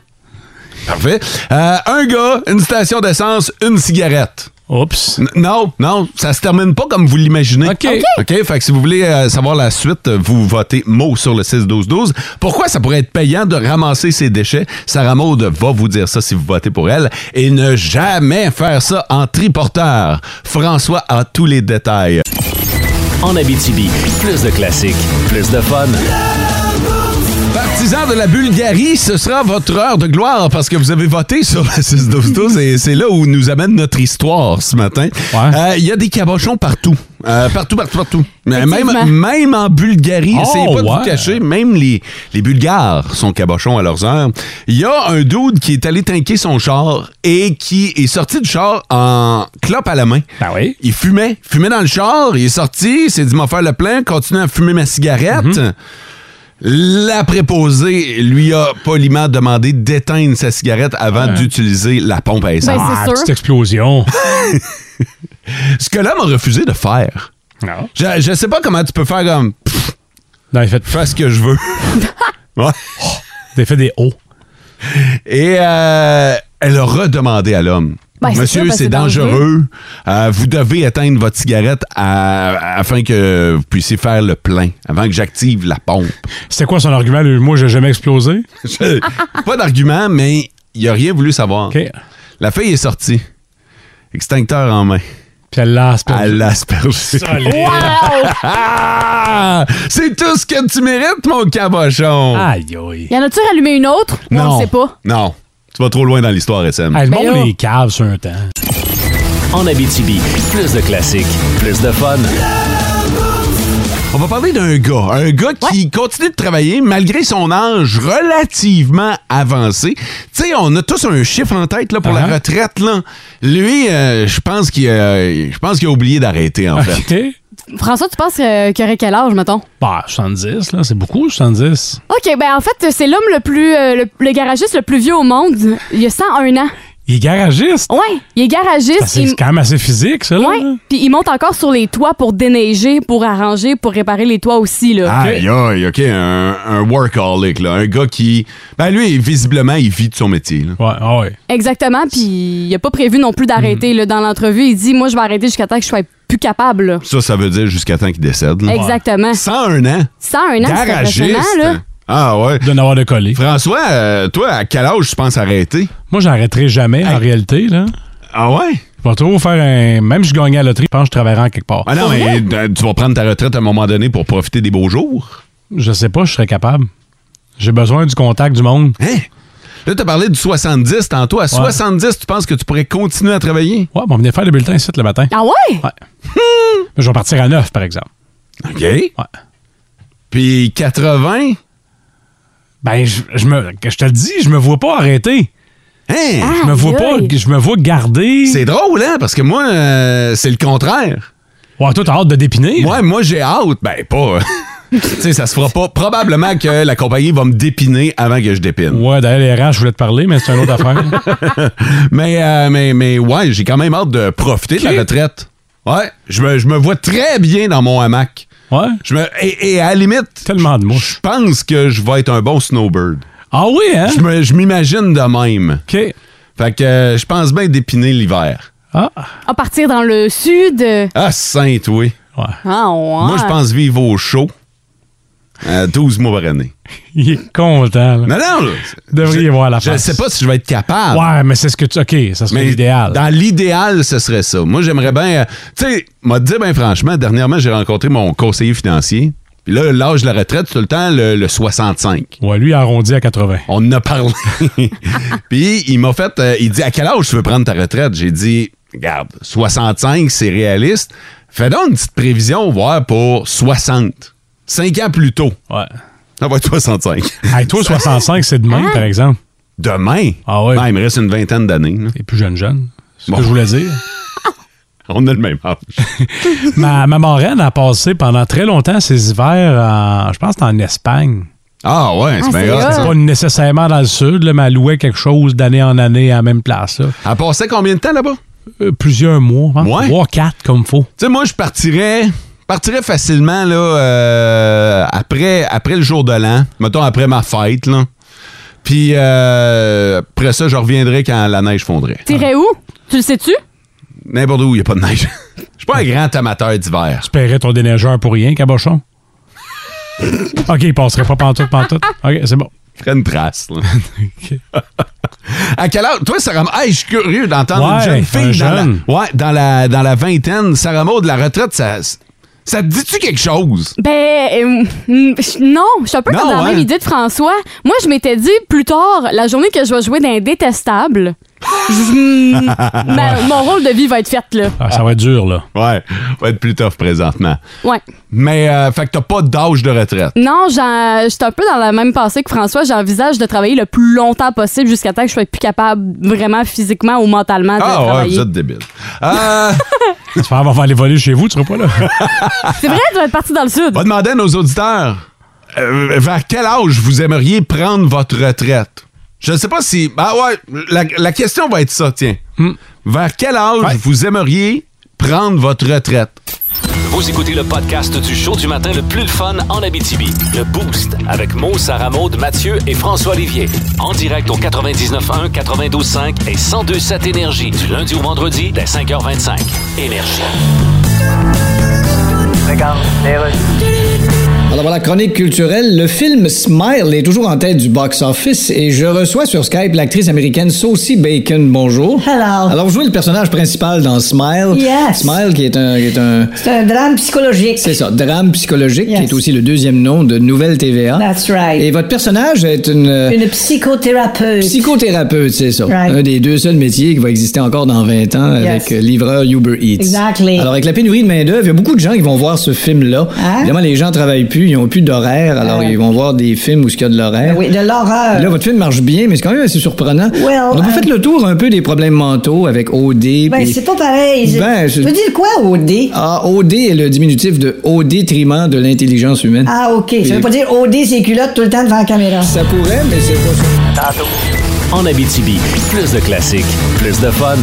Speaker 4: Parfait. Euh, un gars, une station d'essence, une cigarette.
Speaker 3: Mm.
Speaker 5: Oups.
Speaker 4: N- Non, non, ça se termine pas comme vous l'imaginez.
Speaker 5: OK.
Speaker 4: OK,
Speaker 5: OK.
Speaker 4: fait que si vous voulez euh, savoir la suite, euh, vous votez mot sur le 6-12-12. Pourquoi ça pourrait être payant de ramasser ses déchets? Sarah Maud va vous dire ça si vous votez pour elle. Et ne jamais faire ça en triporteur. François a tous les détails.
Speaker 2: En Abitibi, plus de classiques, plus de fun.
Speaker 4: Partisans de la Bulgarie, ce sera votre heure de gloire parce que vous avez voté sur la 6-12-12 et c'est là où nous amène notre histoire ce matin.
Speaker 5: Ouais.
Speaker 4: Euh, Il y a des cabochons partout. Euh, partout, partout, partout. Mais Même,
Speaker 3: Effectivement.
Speaker 4: même en Bulgarie,
Speaker 5: Oh,
Speaker 4: essayez pas de vous
Speaker 5: ouais.
Speaker 4: cacher, même les, les Bulgares sont cabochons à leurs heures. Il y a un dude qui est allé tanker son char et qui est sorti du char en clope à la main.
Speaker 5: Ben oui.
Speaker 4: Il fumait. Il fumait dans le char, il est sorti, il s'est dit m'en faire le plein, continue à fumer ma cigarette.
Speaker 3: Mhm.
Speaker 4: La préposée lui a poliment demandé d'éteindre sa cigarette avant d'utiliser la pompe à essence.
Speaker 3: Ben, c'est
Speaker 5: Ah,
Speaker 3: sûr. (laughs)
Speaker 5: petite explosion.
Speaker 4: Ce que l'homme a refusé de faire.
Speaker 5: non.
Speaker 4: Je, je sais pas comment tu peux faire comme Pff,
Speaker 5: Non, il fait,
Speaker 4: fais ce que
Speaker 3: (laughs)
Speaker 4: je veux. Ouais.
Speaker 5: il fait des hauts.
Speaker 4: Et euh, elle a redemandé à l'homme.
Speaker 3: Ben, c'est sûr,
Speaker 4: Monsieur,
Speaker 3: parce que
Speaker 4: c'est
Speaker 3: c'est
Speaker 4: dangereux. Euh, vous devez éteindre votre cigarette à- afin que vous puissiez faire le plein, avant que j'active la pompe.
Speaker 5: C'était quoi son argument? lui? Moi, j'ai jamais explosé.
Speaker 4: Je- pas d'argument, mais il a rien voulu savoir.
Speaker 5: OK.
Speaker 4: La fille est sortie. Extincteur en main.
Speaker 5: Puis elle l'a aspergé.
Speaker 4: Elle l'a aspergée.
Speaker 5: Solide.
Speaker 4: Ah! C'est tout ce que tu mérites, mon cabochon!
Speaker 5: Aïe, aïe.
Speaker 3: Y en a-tu rallumé une autre? Moi,
Speaker 4: non.
Speaker 3: On le sait pas.
Speaker 4: Non. Tu vas trop loin dans l'histoire, SM.
Speaker 5: Hey, le
Speaker 3: Ben là.
Speaker 5: monde les caves sur un temps.
Speaker 2: En Abitibi, plus de classiques, plus de fun.
Speaker 4: On va parler d'un gars. Un gars qui continue de travailler malgré son âge relativement avancé. Tu sais, on a tous un chiffre en tête là, pour la
Speaker 5: Uh-huh.
Speaker 4: retraite. Là. Lui, euh, je pense qu'il euh, je pense qu'il a oublié d'arrêter, en fait.
Speaker 5: OK.
Speaker 3: François, tu penses que- qu'il aurait quel âge, mettons?
Speaker 5: Bah, 70, là, c'est beaucoup, 70.
Speaker 3: OK, ben en fait, c'est l'homme le plus. euh, le, le garagiste le plus vieux au monde. Il a 101 ans.
Speaker 5: Il est garagiste.
Speaker 3: Ouais, il est garagiste.
Speaker 5: Ça, c'est
Speaker 3: il-
Speaker 5: quand même assez physique, ça, là.
Speaker 3: Ouais, puis il monte encore sur les toits pour déneiger, pour arranger, pour réparer les toits aussi, là.
Speaker 4: Aïe, aïe, OK, un, un workaholic, là. Un gars qui... Ben lui, visiblement, il vit de son métier. là.
Speaker 5: Ouais, ah ouais.
Speaker 3: Exactement, puis il a pas prévu non plus d'arrêter, là. Dans l'entrevue, il dit, moi, je vais arrêter jusqu'à temps que je sois plus capable, là.
Speaker 4: Ça, ça veut dire jusqu'à temps qu'il décède. Là.
Speaker 3: Exactement.
Speaker 4: 101 ans.
Speaker 3: 101 ans, c'est
Speaker 4: Garagiste.
Speaker 3: impressionnant, là.
Speaker 4: Ah ouais.
Speaker 5: De n'avoir de coller.
Speaker 4: François, euh, toi, à quel âge tu penses arrêter?
Speaker 5: Moi, j'arrêterai jamais, en réalité, là.
Speaker 4: Ah ouais?
Speaker 5: Je vais toujours faire un. Même si je gagnais à la loterie, je pense que je travaillerais en quelque part.
Speaker 4: Ah non, mais euh, tu vas prendre ta retraite à un moment donné pour profiter des beaux jours.
Speaker 5: Je sais pas, je serais capable. J'ai besoin du contact du monde.
Speaker 4: Hein? Là, t'as parlé du 70 tantôt. À 70, tu penses que tu pourrais continuer à travailler?
Speaker 5: Ouais, bon, on venait faire le bulletin ici le matin.
Speaker 3: Ah ouais?
Speaker 5: Ouais. Je vais partir à 9, par exemple.
Speaker 4: OK.
Speaker 5: Ouais.
Speaker 4: Puis 80?
Speaker 5: Ben, je, je me, je te le dis, je me vois pas arrêter.
Speaker 4: Hein?
Speaker 3: Ah.
Speaker 5: Je me vois pas,
Speaker 3: Aïe, aïe.
Speaker 5: je me vois garder.
Speaker 4: C'est drôle, hein? Parce que moi, euh, c'est le contraire.
Speaker 5: Ouais, toi, t'as hâte de dépiner.
Speaker 4: Ouais, moi, j'ai hâte. Ben, pas. (laughs) tu sais, ça se fera pas. Probablement que la compagnie va me dépiner avant que je dépine.
Speaker 5: Ouais, d'ailleurs, les RH, je voulais te parler, mais c'est une autre
Speaker 4: (laughs)
Speaker 5: affaire.
Speaker 4: Mais, euh, mais, mais ouais, j'ai quand même hâte de profiter de
Speaker 5: Ok.
Speaker 4: la retraite. Ouais, je me, je me vois très bien dans mon hamac.
Speaker 5: Ouais.
Speaker 4: Je me, et, et à la limite,
Speaker 5: Tellement de
Speaker 4: je
Speaker 5: mouches.
Speaker 4: pense que je vais être un bon snowbird.
Speaker 5: Ah oui, hein?
Speaker 4: Je me- Je m'imagine de même.
Speaker 5: OK.
Speaker 4: Fait que euh, je pense bien dépiner l'hiver.
Speaker 5: Ah,
Speaker 3: À partir dans le sud. euh,
Speaker 4: Ah, sainte, oui.
Speaker 5: ouais.
Speaker 3: Ah ouais.
Speaker 4: Moi, je pense vivre au chaud. euh, 12 mois par année.
Speaker 5: Il est content,
Speaker 4: Non,
Speaker 5: là.
Speaker 4: non, là,
Speaker 5: Devriez
Speaker 4: je-
Speaker 5: voir la
Speaker 4: Je
Speaker 5: face.
Speaker 4: sais pas si je vais être capable.
Speaker 5: Ouais, mais c'est ce que tu. OK, ça serait
Speaker 4: Mais
Speaker 5: l'idéal.
Speaker 4: Dans l'idéal, ce serait ça. Moi, j'aimerais bien. euh, tu sais, m'a dit bien franchement, dernièrement, j'ai rencontré mon conseiller financier. Puis là, l'âge de la retraite, c'est tout le temps le, le 65.
Speaker 5: Ouais, lui, il a arrondi à 80.
Speaker 4: On en a parlé. (laughs) Puis il m'a fait. euh, il dit À quel âge tu veux prendre ta retraite J'ai dit Regarde, 65, c'est réaliste. Fais donc une petite prévision, voir pour 60. Cinq ans plus tôt.
Speaker 5: Ouais.
Speaker 4: Ça va être 65.
Speaker 5: (laughs) Hey, toi, 65, c'est demain, par exemple.
Speaker 4: Demain.
Speaker 5: Ah ouais.
Speaker 4: Ben, il me reste une vingtaine d'années. là.
Speaker 5: T'es plus jeune, jeune. C'est
Speaker 4: Bon.
Speaker 5: ce que je voulais dire.
Speaker 4: On a le même âge.
Speaker 5: ma, ma marraine a passé pendant très longtemps ses hivers, en, je pense, que c'était en Espagne.
Speaker 4: Ah ouais, c'est
Speaker 3: Ah,
Speaker 4: bien
Speaker 3: c'est
Speaker 4: grave.
Speaker 3: hot.
Speaker 4: ça.
Speaker 5: C'est pas nécessairement dans le sud, là, mais elle louait quelque chose d'année en année à la même place. là.
Speaker 4: Elle passait combien de temps là-bas?
Speaker 5: Euh, plusieurs mois, hein?
Speaker 4: Ouais.
Speaker 5: trois, quatre comme faut.
Speaker 4: Tu sais, moi, je partirais. partirais facilement là, euh, après, après le jour de l'an, mettons après ma fête. Là. Puis euh, après ça, je reviendrai quand la neige fondrait.
Speaker 3: T'irais où? Tu le sais-tu?
Speaker 4: N'importe où, il n'y a pas de neige. (laughs) Je suis pas un grand amateur d'hiver.
Speaker 5: Tu paierais ton déneigeur pour rien,
Speaker 4: (laughs)
Speaker 5: cabochon? OK, il passerait pas pantoute, pantoute. OK, c'est bon.
Speaker 4: Je ferais une trace.
Speaker 5: (laughs)
Speaker 4: là. à quelle heure? Toi, Sarah Hey, je suis curieux d'entendre
Speaker 5: Ouais,
Speaker 4: une jeune
Speaker 5: un
Speaker 4: fille
Speaker 5: jeune.
Speaker 4: Dans, la, ouais, dans, la, dans la vingtaine. Sarah Maud, la retraite, ça, ça te dit-tu quelque chose?
Speaker 3: Ben, euh, mm, je- non, je suis un peu
Speaker 4: Non,
Speaker 3: comme dans la même
Speaker 4: hein?
Speaker 3: idée de François. Moi, je m'étais dit plus tard, la journée que je vais jouer dans Indétestable, je-
Speaker 4: (laughs)
Speaker 3: mm, ma- mon rôle de vie va être fait, là.
Speaker 5: Ah, ça va être dur, là.
Speaker 4: Ouais, va être plus tough présentement.
Speaker 3: Ouais.
Speaker 4: Mais, euh, fait que t'as pas d'âge de retraite.
Speaker 3: Non, j'en- je suis un peu dans la même pensée que François. J'envisage de travailler le plus longtemps possible jusqu'à temps que je sois plus capable vraiment physiquement ou mentalement de
Speaker 4: Ah ouais,
Speaker 3: travailler.
Speaker 4: vous êtes débile. Euh,
Speaker 5: Tu vas avoir aller voler chez vous, tu seras
Speaker 4: (laughs)
Speaker 5: pas là.
Speaker 3: C'est vrai, tu vas être parti dans le sud.
Speaker 4: on va demander à nos auditeurs euh, vers quel âge vous aimeriez prendre votre retraite. Je ne sais pas si. Ah ouais, la, la question va être ça, tiens. Vers quel âge
Speaker 5: Ouais.
Speaker 4: vous aimeriez prendre votre retraite?
Speaker 2: Vous écoutez le podcast du show du matin le plus le fun en Abitibi. Le Boost avec Mo, Sarah Maud, Mathieu et François Olivier. En direct au 99.1, 92.5 et 102.7 Énergie du lundi au vendredi dès 5h25. Énergie.
Speaker 6: Alors voilà, chronique culturelle. Le film Smile est toujours en tête du box-office et je reçois sur Skype l'actrice américaine Saucy Bacon. Bonjour.
Speaker 7: Hello.
Speaker 6: Alors, vous jouez le personnage principal dans Smile.
Speaker 7: Yes.
Speaker 6: Smile qui est un... qui est un-
Speaker 7: C'est un drame psychologique.
Speaker 6: c'est ça, drame psychologique,
Speaker 7: Yes.
Speaker 6: qui est aussi le deuxième nom de Nouvelle TVA.
Speaker 7: That's right.
Speaker 6: Et votre personnage est une... euh,
Speaker 7: Une psychothérapeute.
Speaker 6: Psychothérapeute, c'est ça.
Speaker 7: Right.
Speaker 6: Un des deux seuls métiers qui va exister encore dans 20 ans
Speaker 7: Yes.
Speaker 6: avec euh, livreur Uber Eats.
Speaker 7: Exactly.
Speaker 6: Alors, avec la pénurie de main-d'œuvre, il y a beaucoup de gens qui vont voir ce film-là.
Speaker 7: Hein?
Speaker 6: Évidemment, les gens travaillent plus, ils ont plus d'horaire, alors
Speaker 7: Ah ouais.
Speaker 6: ils vont voir des films où il y a de l'horaire.
Speaker 7: oui, de l'horreur.
Speaker 6: Là, votre film marche bien, mais c'est quand même assez surprenant.
Speaker 7: Well,
Speaker 6: On a pas
Speaker 7: euh,
Speaker 6: fait le tour un peu des problèmes mentaux avec OD.
Speaker 7: Ben,
Speaker 6: puis-
Speaker 7: c'est pas pareil. Je-
Speaker 6: Ben, je-
Speaker 7: Tu veux dire quoi, OD?
Speaker 6: Ah, OD est le diminutif de au détriment de l'intelligence humaine.
Speaker 7: Ah, OK. Ça veut pas dire OD, c'est culotte tout le temps devant la caméra.
Speaker 6: Ça pourrait, mais c'est pas ça.
Speaker 2: En Abitibi, plus de classiques, plus de fun.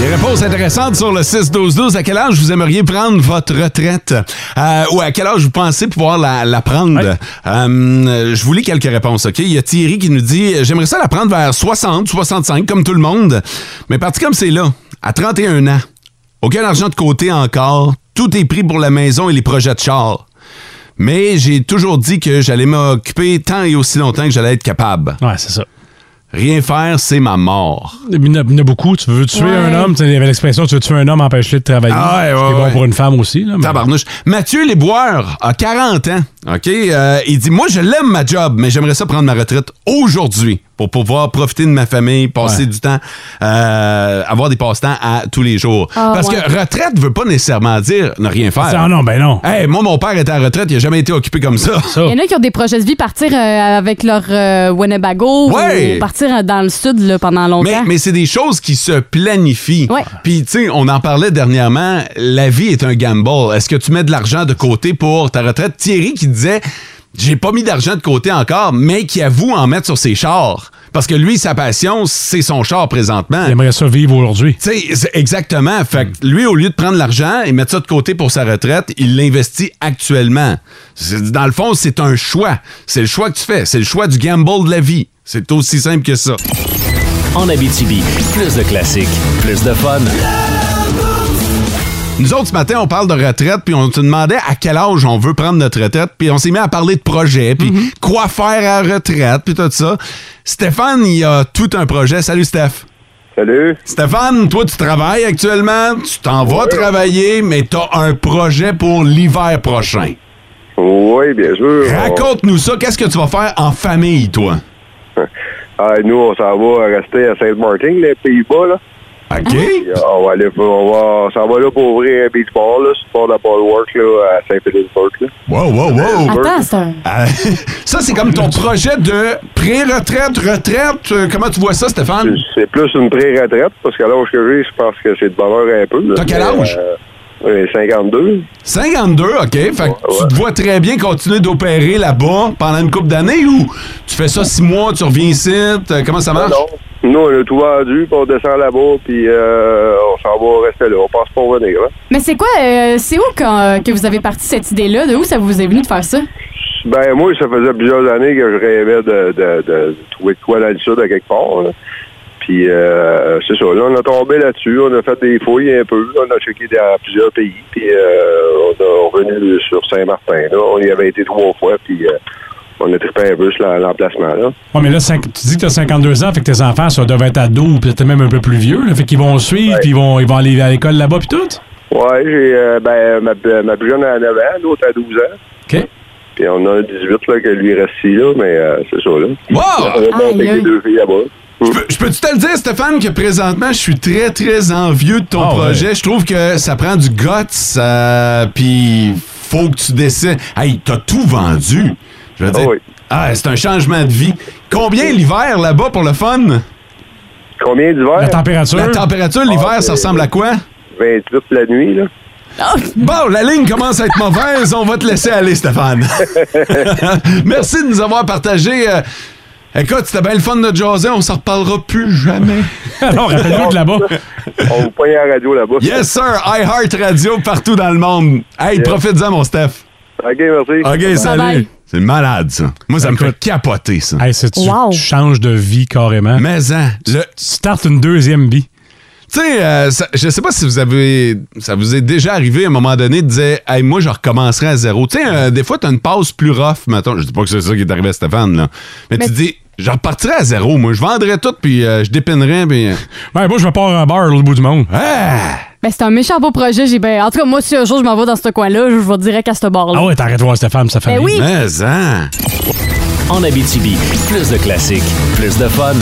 Speaker 4: Des réponses intéressantes sur le 6-12-12. À quel âge vous aimeriez prendre votre retraite? Euh, ou à quel âge vous pensez pouvoir la, la prendre?
Speaker 5: Ouais.
Speaker 4: Euh, je vous lis quelques réponses, OK? Il y a Thierry qui nous dit « J'aimerais ça la prendre vers 60, 65, comme tout le monde. Mais parti comme c'est là, à 31 ans, aucun argent de côté encore, tout est pris pour la maison et les projets de char. Mais j'ai toujours dit que j'allais m'occuper tant et aussi longtemps que j'allais être capable.
Speaker 5: Ouais, c'est ça.
Speaker 4: Rien faire, c'est ma mort. »
Speaker 5: Il y en a, il y en a beaucoup. Tu veux tuer
Speaker 3: Ouais.
Speaker 5: un homme, tu sais, il y avait l'expression tu veux tuer un homme, empêche-le de travailler.
Speaker 4: Ah ouais, ouais,
Speaker 5: c'est bon
Speaker 4: ouais.
Speaker 5: pour une femme aussi. Là, mais-
Speaker 4: Tabarnouche. Mathieu Lesboire a 40 ans. OK? Euh, il dit Moi, je l'aime ma job, mais j'aimerais ça prendre ma retraite aujourd'hui pour pouvoir profiter de ma famille, passer
Speaker 5: Ouais.
Speaker 4: du temps, euh, avoir des passe-temps à tous les jours.
Speaker 3: Ah,
Speaker 4: Parce
Speaker 3: ouais.
Speaker 4: que retraite veut pas nécessairement dire ne rien faire.
Speaker 5: Ah non, ben non.
Speaker 4: Hey, moi, mon père était à la retraite, il a jamais été occupé comme ça.
Speaker 5: Ça.
Speaker 3: Il y en a qui ont des projets de vie, partir euh, avec leur euh, Winnebago
Speaker 4: Ouais.
Speaker 3: ou partir euh, dans le sud là, pendant
Speaker 4: Mais,
Speaker 3: longtemps.
Speaker 4: mais c'est des choses qui se planifient.
Speaker 3: Ouais.
Speaker 4: Puis, tu sais, on en parlait dernièrement, la vie est un gamble. Est-ce que tu mets de l'argent de côté pour ta retraite? Thierry qui disait, j'ai pas mis d'argent de côté encore, mais qui avoue en mettre sur ses chars. Parce que lui, sa passion, c'est son char présentement.
Speaker 5: Il aimerait ça vivre aujourd'hui.
Speaker 4: Tu sais, c'est- exactement. Fait que lui, au lieu de prendre l'argent et mettre ça de côté pour sa retraite, il l'investit actuellement. C'est- Dans le fond, c'est un choix. C'est le choix que tu fais. C'est le choix du gamble de la vie. C'est aussi simple que ça.
Speaker 2: En Abitibi, plus de classiques, plus de fun.
Speaker 4: Nous autres, ce matin, on parle de retraite, puis on te demandait à quel âge on veut prendre notre retraite, puis on s'est mis à parler de projet, puis quoi faire à la retraite, puis tout ça. Stéphane, il a tout un projet. Salut, Steph.
Speaker 9: Salut.
Speaker 4: Stéphane, toi, tu travailles actuellement, tu t'en vas travailler, mais t'as un projet pour l'hiver prochain.
Speaker 9: Oui, bien sûr.
Speaker 4: Raconte-nous ça. Qu'est-ce que tu vas faire en famille, toi?
Speaker 9: Ah, nous, on s'en va rester à Saint-Martin, les Pays-Bas, là.
Speaker 4: OK?
Speaker 9: Et, ah, On va aller, on va, on s'en va là pour ouvrir un beach bar, là, sur le port de la Ballwork, là, à Saint-Pétersbourg, là.
Speaker 4: Wow, wow, wow!
Speaker 3: Attends, c'est un-
Speaker 4: Ah, (laughs) ça, c'est comme ton projet de pré-retraite, retraite. Euh, Comment tu vois ça, Stéphane?
Speaker 9: C'est plus une pré-retraite, parce qu'à l'âge que j'ai, je pense que c'est de bonheur un peu. là.
Speaker 4: T'as quel
Speaker 9: Mais,
Speaker 4: âge?
Speaker 9: euh, Euh, 52.
Speaker 4: 52, OK. Fait que tu te vois très bien continuer d'opérer là-bas pendant une couple d'années ou tu fais ça six mois, tu reviens ici, t- euh, comment ça marche?
Speaker 9: Non. Nous, on a tout vendu, puis on descend là-bas, puis euh, on s'en va rester là. On pense pas revenir. Hein?
Speaker 3: Mais c'est quoi, euh, c'est où quand- que vous avez parti cette idée-là? De où ça vous est venu de faire ça?
Speaker 9: Ben, moi, ça faisait plusieurs années que je rêvais de, de, de trouver de quoi dans le sud à quelque part. là. Puis, euh, c'est ça. Là, on a tombé là-dessus. On a fait des fouilles un peu. On a checké dans plusieurs pays. Puis, euh, on a revenu sur Saint-Martin. Là. On y avait été trois fois. Puis, euh, on a trippé un peu sur la- l'emplacement. Là.
Speaker 5: Ouais, mais là, cinq- tu dis que t'as 52 ans, fait que tes enfants, ça devait être ados, peut-être même un peu plus vieux, là, fait qu'ils vont suivre, puis ils vont, ils vont aller à l'école là-bas, puis tout.
Speaker 9: Ouais, j'ai euh, ben, ma, ma plus jeune a 9 ans, l'autre a 12 ans.
Speaker 5: OK.
Speaker 9: Puis on a un 18 là, que lui reste ici, là, mais euh, c'est ça. Là.
Speaker 4: Wow!
Speaker 9: On a avec
Speaker 3: aïe.
Speaker 9: les deux filles là-bas.
Speaker 4: Je peux- Je peux-tu te le dire, Stéphane, que présentement, je suis très, très envieux de ton
Speaker 5: Ah, ouais.
Speaker 4: projet. Je trouve que ça prend du guts, euh, puis faut que tu décides. Hey, t'as tout vendu. Je veux
Speaker 9: Ah
Speaker 4: dire,
Speaker 9: oui.
Speaker 4: ah, c'est un changement de vie. Combien l'hiver là-bas pour le fun?
Speaker 9: Combien d'hiver?
Speaker 5: La température.
Speaker 4: La
Speaker 5: (laughs)
Speaker 4: température l'hiver,
Speaker 9: Ah,
Speaker 4: ça
Speaker 9: euh,
Speaker 4: ressemble à quoi?
Speaker 9: 28 la nuit, là.
Speaker 4: Bon, la ligne commence à être mauvaise. On va te laisser aller, Stéphane.
Speaker 5: (laughs)
Speaker 4: Merci de nous avoir partagé. euh, écoute, c'était bien le fun de jaser. On s'en reparlera plus jamais.
Speaker 5: Alors, rappelle-nous que là-bas,
Speaker 9: On vous pogne à la radio là-bas.
Speaker 4: Yes, sir. iHeart Radio partout dans le monde. Hey, profite-en, mon Steph.
Speaker 9: OK, merci.
Speaker 4: OK,
Speaker 3: bye.
Speaker 4: salut. C'est malade, ça. Moi, ça me fait
Speaker 5: Écoute.
Speaker 4: capoter, ça.
Speaker 5: hey, c'est- tu,
Speaker 3: Wow.
Speaker 5: tu changes de vie carrément.
Speaker 4: Mais, hein, le-
Speaker 5: Tu startes une deuxième vie.
Speaker 4: tu sais, euh, ça- je sais pas si vous avez, ça vous est déjà arrivé à un moment donné de dire, hey, moi, je recommencerai à zéro. Tu sais, euh, des fois, t'as une pause plus rough, mettons. Je dis pas que c'est ça qui est arrivé à Stéphane, là. Mais, tu dis, je repartirai à zéro. Moi, je vendrais tout, puis euh, je dépinerais, puis. euh,
Speaker 5: Ouais, moi, je vais pas avoir un bar à l'autre bout du monde.
Speaker 4: ah!
Speaker 3: Ben, c'est un méchant beau projet. J'ai ben, en tout cas, moi, si un jour je m'en vais dans ce coin-là, je vais direct à ce bar-là.
Speaker 5: Ah ouais, t'arrêtes de voir Stéphane, ça fait
Speaker 3: Ben oui.
Speaker 4: Mais, hein.
Speaker 2: En Abitibi, plus de classiques, plus de fun.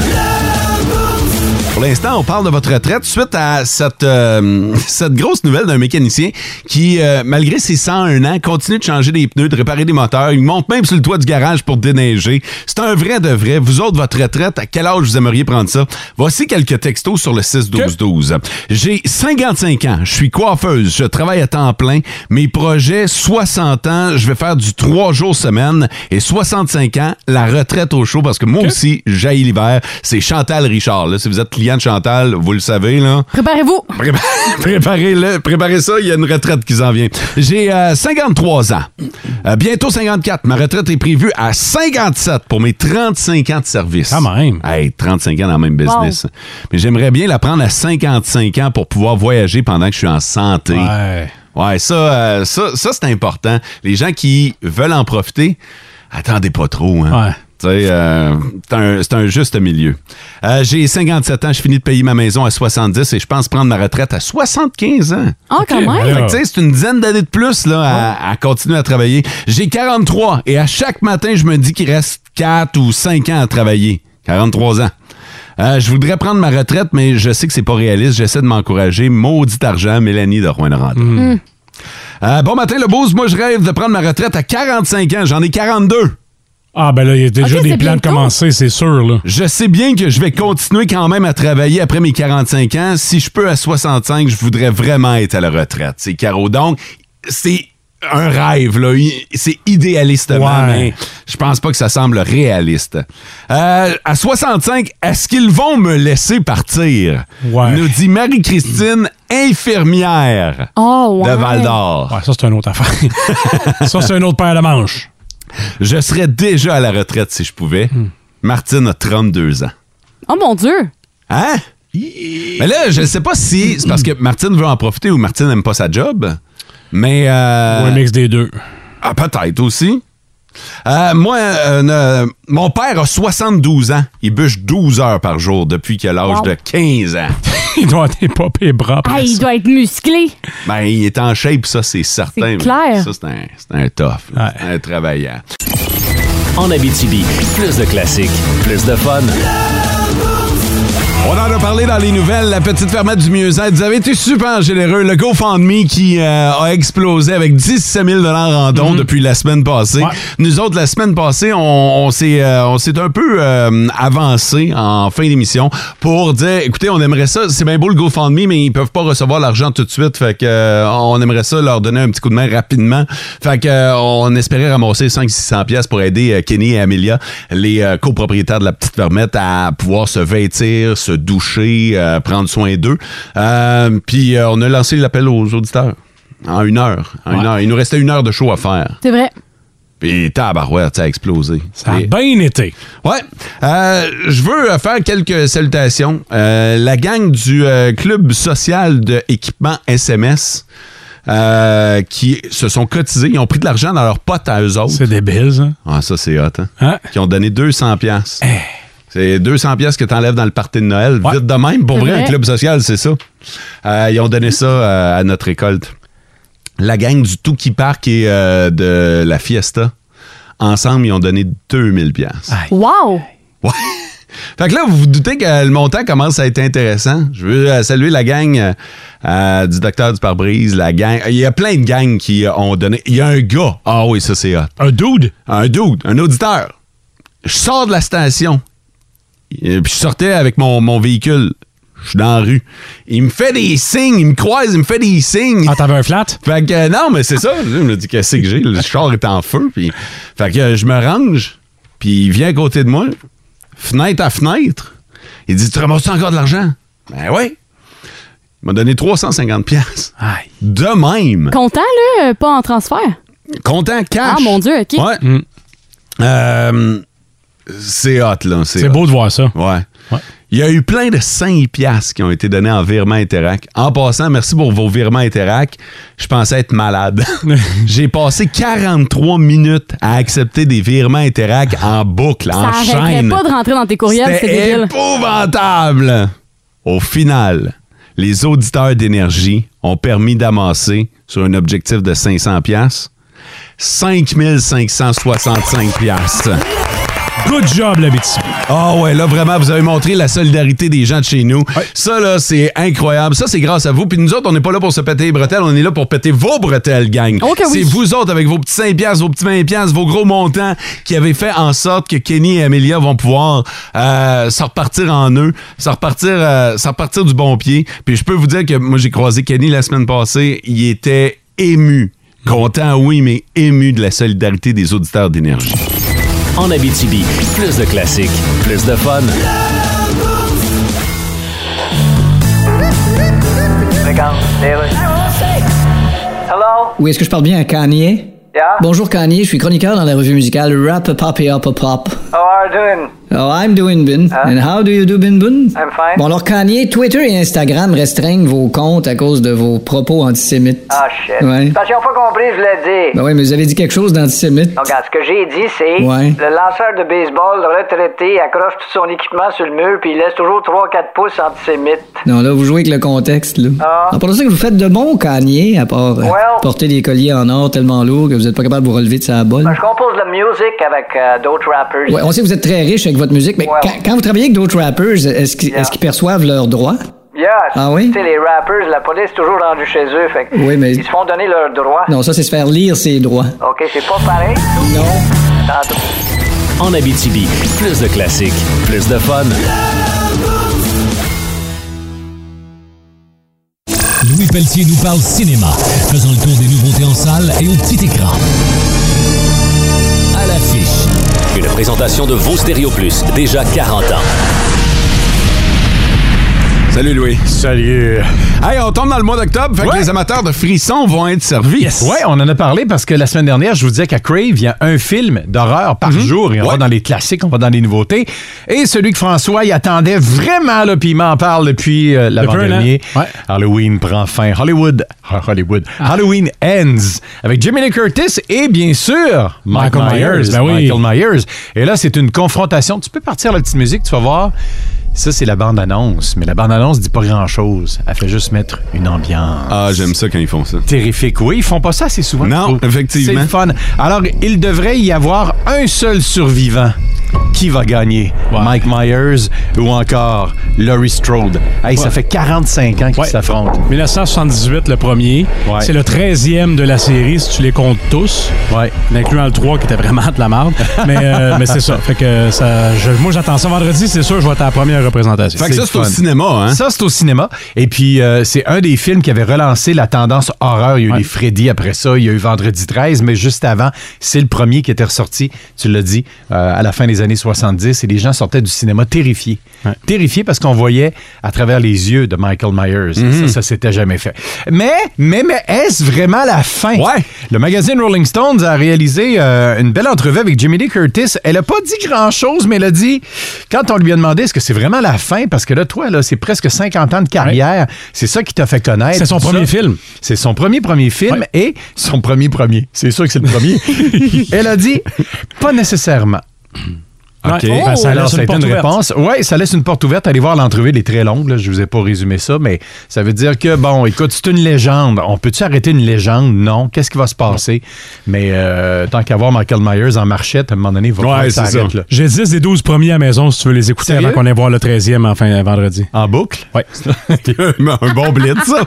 Speaker 4: Pour l'instant, on parle de votre retraite suite à cette, euh, (laughs) cette grosse nouvelle d'un mécanicien qui, euh, malgré ses 101 ans, continue de changer des pneus, de réparer des moteurs. Il monte même sur le toit du garage pour déneiger. C'est un vrai de vrai. Vous autres, votre retraite, à quel âge vous aimeriez prendre ça? Voici quelques textos sur le 6-12-12. J'ai 55 ans. Je suis coiffeuse. Je travaille à temps plein. Mes projets, 60 ans, je vais faire du 3 jours semaine. Et 65 ans, la retraite au chaud parce que moi aussi, j'haïs l'hiver. C'est Chantal Richard. Là. Si vous êtes client de Chantal, vous le savez. là.
Speaker 3: Préparez-vous.
Speaker 4: Prépa- Préparez-le, (laughs) préparez ça, il y a une retraite qui s'en vient. J'ai euh, 53 ans, Euh, bientôt 54. Ma retraite est prévue à 57 pour mes 35 ans de service.
Speaker 5: Quand même.
Speaker 4: Hey, 35 ans dans le même business. Mais j'aimerais bien la prendre à 55 ans pour pouvoir voyager pendant que je suis en santé.
Speaker 5: Ouais.
Speaker 4: Ouais, ça, euh, ça, ça c'est important. Les gens qui veulent en profiter, attendez pas trop. Hein.
Speaker 5: Ouais.
Speaker 4: Tu sais, euh, c'est un- c'est un, juste milieu. Euh, J'ai 57 ans, je finis de payer ma maison à 70 et je pense prendre ma retraite à 75 ans.
Speaker 3: Ah, quand même.
Speaker 5: Ouais.
Speaker 4: Fait que, tu sais, c'est une dizaine d'années de plus là, à, à continuer à travailler. J'ai 43 et à chaque matin, je me dis qu'il reste 4 ou 5 ans à travailler. 43 ans. Euh, je voudrais prendre ma retraite, mais je sais que c'est pas réaliste. J'essaie de m'encourager. Maudit argent, Mélanie de rouen bon matin, le Beauce. Moi, je rêve de prendre ma retraite à 45 ans. J'en ai 42.
Speaker 5: Ah, ben là, il y a déjà
Speaker 3: Ok,
Speaker 5: des
Speaker 3: c'est
Speaker 5: plans de
Speaker 3: bientôt.
Speaker 5: commencer, c'est sûr, là.
Speaker 4: Je sais bien que je vais continuer quand même à travailler après mes 45 ans. Si je peux à 65, je voudrais vraiment être à la retraite. C'est Caro. Donc, c'est un rêve, là. I- C'est idéalistement,
Speaker 5: Ouais.
Speaker 4: mais je pense pas que ça semble réaliste. Euh, à 65, est-ce qu'ils vont me laisser partir?
Speaker 5: Ouais.
Speaker 4: Nous dit Marie-Christine, infirmière
Speaker 3: Oh, ouais.
Speaker 4: de Val-d'Or.
Speaker 5: Ouais, ça, c'est une autre (laughs) affaire. ça, c'est un autre paire de manches.
Speaker 4: Je serais déjà à la retraite si je pouvais.
Speaker 5: Hmm.
Speaker 4: Martine a 32 ans.
Speaker 3: Oh, mon Dieu.
Speaker 4: Hein? Mais là, je sais pas si c'est parce que Martine veut en profiter ou Martine n'aime pas sa job. Mais. euh,
Speaker 5: Ou un mix des deux. (laughs)
Speaker 4: ah, peut-être aussi. Euh, moi, euh, ne- mon père a 72 ans. Il bûche 12 heures par jour depuis qu'il a l'âge
Speaker 3: Wow.
Speaker 4: de 15 ans.
Speaker 5: il doit être pop et bras.
Speaker 3: Ah,
Speaker 5: après
Speaker 3: il
Speaker 5: ça.
Speaker 3: doit être musclé.
Speaker 4: Ben, il est en shape, ça, c'est
Speaker 3: C'est
Speaker 4: certain.
Speaker 3: clair.
Speaker 4: Ça, c'est un, c'est un tough. là.
Speaker 5: Ouais.
Speaker 4: C'est un travaillant.
Speaker 2: En Abitibi, plus de classiques, plus de fun.
Speaker 4: On en a parlé dans les nouvelles, la petite fermette du mieux-être. Vous avez été super généreux. Le GoFundMe qui euh, a explosé avec 17 000 en dons depuis la semaine passée. Nous autres, la semaine passée, on, on s'est euh, on s'est un peu euh, avancé en fin d'émission pour dire, écoutez, on aimerait ça. C'est bien beau le GoFundMe, mais ils peuvent pas recevoir l'argent tout de suite. Fait que euh, on aimerait ça leur donner un petit coup de main rapidement. Fait que euh, on espérait ramasser 500-600 pièces pour aider euh, Kenny et Amelia, les euh, copropriétaires de la petite fermette, à pouvoir se vêtir, se doucher, euh, prendre soin d'eux. Euh, Puis euh, on a lancé l'appel aux auditeurs. En une heure. En une heure. Il nous restait une heure de show à faire.
Speaker 3: C'est vrai.
Speaker 4: Puis tabarouette, ça a explosé.
Speaker 5: Ça a
Speaker 4: Et-
Speaker 5: bien été.
Speaker 4: Ouais. Euh, je veux euh, faire quelques salutations. Euh, la gang du euh, club social de équipement SMS euh, qui se sont cotisés, ils ont pris de l'argent dans leurs potes à eux autres.
Speaker 5: C'est débile, ça.
Speaker 4: Ah, ça c'est hot, hein?
Speaker 5: Hein?
Speaker 4: Qui ont donné 200 pièces. C'est 200 pièces que t'enlèves dans le party de Noël.
Speaker 5: Ouais.
Speaker 4: Vite de même, pour
Speaker 3: C'est
Speaker 4: vrai, un
Speaker 3: vrai.
Speaker 4: club social, c'est ça. Euh, ils ont donné ça euh, à notre récolte. La gang du Tout qui Park et euh, de la Fiesta, ensemble, ils ont donné 2000 pièces.
Speaker 3: Wow!
Speaker 4: Ouais. (laughs) Fait que là, vous vous doutez que euh, le montant commence à être intéressant. Je veux euh, saluer la gang euh, euh, du docteur du pare-brise, la gang. Il y a plein de gangs qui euh, ont donné. Il y a un gars. Ah oui, ça c'est hot.
Speaker 5: Un dude.
Speaker 4: Un dude, un auditeur. Je sors de la station. Et puis je sortais avec mon, mon véhicule. Je suis dans la rue. Il me fait des signes, il me croise, il me fait des signes.
Speaker 5: Ah, t'avais un flat?
Speaker 4: Fait que euh, non, mais c'est ça. Je me dis qu'est-ce que j'ai. Le char est en feu. Puis, fait que euh, je me range. Puis il vient à côté de moi, fenêtre à fenêtre. Il dit Tu ramasses encore de l'argent Ben oui. Il m'a donné 350 pièces.
Speaker 5: Aïe.
Speaker 4: De même.
Speaker 3: Content, là, euh, pas en transfert.
Speaker 4: Content cash.
Speaker 3: Ah, mon Dieu, OK.
Speaker 4: Ouais.
Speaker 5: Mm.
Speaker 4: Euh, c'est hot, là.
Speaker 5: C'est
Speaker 4: hot.
Speaker 5: beau de voir ça.
Speaker 4: Ouais.
Speaker 5: Ouais.
Speaker 4: Il y a eu plein de 5 piastres qui ont été donnés en virement Interac. En passant, merci pour vos virements Interac. Je pensais être malade. J'ai passé 43 minutes à accepter des virements Interac en boucle,
Speaker 3: Ça
Speaker 4: en
Speaker 3: arrêterait
Speaker 4: chaîne.
Speaker 3: pas de rentrer dans tes courriels, c'est
Speaker 4: C'était
Speaker 3: débile.
Speaker 4: épouvantable. Au final, les auditeurs d'énergie ont permis d'amasser sur un objectif de 500 piastres, 5565 piastres.
Speaker 5: Good job, la BTC.
Speaker 4: Ah ouais, là vraiment, vous avez montré la solidarité des gens de chez nous. Ça là, c'est incroyable. Ça c'est grâce à vous. Puis nous autres, on n'est pas là pour se péter les bretelles, on est là pour péter vos bretelles, gang.
Speaker 3: Oh que oui.
Speaker 4: C'est vous autres avec vos petits 5 piastres, vos petits 20 piastres, vos gros montants qui avez fait en sorte que Kenny et Amelia vont pouvoir euh, se repartir en eux, se repartir, euh, se repartir du bon pied. Puis je peux vous dire que moi j'ai croisé Kenny la semaine passée, il était ému. Content, oui, mais ému de la solidarité des auditeurs d'énergie.
Speaker 2: En Abitibi, plus de classiques, plus de fun.
Speaker 6: Oui, est-ce que je parle bien à Kanye? Bonjour Kanye, je suis chroniqueur dans la revue musicale Rap a Pop et Hop a Pop. Oh, I'm doing bin. And how do you do bin bin? I'm fine. Bon, alors Kanye, Twitter et Instagram restreignent vos comptes à cause de vos propos antisémites.
Speaker 8: Ah, shit.
Speaker 6: Ouais.
Speaker 8: Parce qu'ils n'ont pas compris, je l'ai dit.
Speaker 6: Ben oui, mais vous avez dit quelque chose d'antisémite.
Speaker 8: Donc, regarde, ce que j'ai dit, c'est
Speaker 6: Ouais.
Speaker 8: le lanceur de baseball retraité accroche tout son équipement sur le mur puis il laisse toujours 3-4 pouces antisémites.
Speaker 6: Non, là, vous jouez avec le contexte, là.
Speaker 8: Ah.
Speaker 6: En parlant de ça, que vous faites de bons Kanye, à part euh,
Speaker 8: Well.
Speaker 6: porter des colliers en or tellement lourds que vous n'êtes pas capable de vous relever de sa bolle.
Speaker 8: Ben, je compose de la musique avec euh, d'autres rappers.
Speaker 6: Ouais, on sait que vous êtes très riche avec votre musique, mais
Speaker 8: Ouais.
Speaker 6: quand, quand vous travaillez avec d'autres rappers, est-ce qu'ils
Speaker 8: Yeah.
Speaker 6: est-ce qu'ils perçoivent leurs droits?
Speaker 8: Yes.
Speaker 6: Ah oui?
Speaker 8: Tu sais, les rappers, la police est toujours rendue chez eux. Fait que
Speaker 6: Oui, mais-
Speaker 8: Ils se font donner leurs droits.
Speaker 6: Non, ça, c'est se faire lire ses droits.
Speaker 8: OK, c'est pas pareil.
Speaker 6: Non.
Speaker 8: Tantôt.
Speaker 2: En Abitibi, plus de classiques, plus de fun.
Speaker 10: Louis Pelletier nous parle cinéma, faisant le tour des nouveautés en salle et au petit écran. À l'affiche,
Speaker 2: Une présentation de vos Stéréo Plus, déjà 40 ans.
Speaker 4: Salut Louis.
Speaker 5: Salut.
Speaker 4: Hey, on tombe dans le mois d'octobre, fait que
Speaker 11: Ouais.
Speaker 4: les amateurs de frissons vont être servis.
Speaker 11: Ouais, on en a parlé parce que la semaine dernière, je vous disais qu'à Crave, il y a un film d'horreur par jour. Et on
Speaker 4: Mhm. Ouais.
Speaker 11: va dans les classiques, on va dans les nouveautés. Et celui que François y attendait vraiment, là, puis il m'en parle depuis euh, l'avant-dernier.
Speaker 5: un an. Ouais.
Speaker 11: Halloween prend fin. Hollywood. Ah, Hollywood. Halloween ends. Avec Jimmy Lee Curtis et bien sûr, Michael,
Speaker 5: Michael
Speaker 11: Myers.
Speaker 5: Myers, ben oui.
Speaker 11: Michael Myers. Et là, c'est une confrontation. Tu peux partir la petite musique, tu vas voir. Ça, c'est la bande-annonce. Mais la bande-annonce dit pas grand-chose. Elle fait juste mettre une ambiance
Speaker 4: Ah, j'aime ça quand ils font ça.
Speaker 11: terrifique. Oui, ils font pas ça assez souvent.
Speaker 4: Non,
Speaker 11: je trouve.
Speaker 4: effectivement.
Speaker 11: C'est le fun. Alors, il devrait y avoir un seul survivant
Speaker 4: qui va gagner? Mike Myers ou encore Laurie Strode? Hey, Ça
Speaker 5: Ouais.
Speaker 4: fait 45 ans qu'ils
Speaker 5: Ouais.
Speaker 4: s'affrontent.
Speaker 5: 1978, le premier.
Speaker 4: Ouais.
Speaker 5: C'est le 13e de la série, si tu les comptes tous.
Speaker 4: (laughs)
Speaker 5: En Incluant le 3 qui était vraiment de la (laughs) merde. Mais, euh, mais c'est ça. Fait que ça, je- moi, j'attends ça vendredi, c'est sûr, je vais être à la première représentation.
Speaker 4: le Ça, c'est au cinéma. Et puis, euh, c'est un des films qui avait relancé la tendance horreur. Il y a eu les Freddy après ça, il y a eu Vendredi 13, mais juste avant, c'est le premier qui était ressorti, tu l'as dit, euh, à la fin des années 70. Et les gens sortaient du cinéma terrifiés. Terrifiés parce qu'on voyait à travers les yeux de Michael Myers. Ça, ça s'était jamais fait. Mais, mais, mais, est-ce vraiment la fin? Ouais. Le magazine Rolling Stones a réalisé euh, une belle entrevue avec Jimmy Lee Curtis. Elle a pas dit grand-chose, mais elle a dit, quand on lui a demandé est-ce que c'est vraiment la fin, parce que là, toi, là, c'est presque 50 ans de carrière, c'est ça qui t'a fait connaître.
Speaker 5: C'est son
Speaker 4: tout
Speaker 5: premier
Speaker 4: ça.
Speaker 5: film.
Speaker 4: C'est son premier premier film et son premier premier. C'est sûr que c'est le
Speaker 5: (laughs)
Speaker 4: premier. elle a dit, pas nécessairement.
Speaker 5: Ouais. Oh! Ben, ça
Speaker 4: Alors,
Speaker 5: laisse une
Speaker 4: a été
Speaker 5: porte ouverte.
Speaker 4: réponse. Oui, ça laisse une porte ouverte. Allez voir l'entrevue, elle est très longue. Là. Je vous ai pas résumé ça, mais ça veut dire que, bon, écoute, c'est une légende. On peut-tu arrêter une légende? Non. Qu'est-ce qui va se passer? Mais euh, tant qu'à voir Michael Myers en marchette, à un moment donné, il va falloir que arrête, là.
Speaker 5: J'ai 10 des 12 premiers à maison si tu veux les écouter
Speaker 4: Sérieux?
Speaker 5: avant qu'on aille voir le 13e enfin vendredi.
Speaker 4: En boucle? (laughs)
Speaker 5: Oui.
Speaker 12: un bon blitz, ça.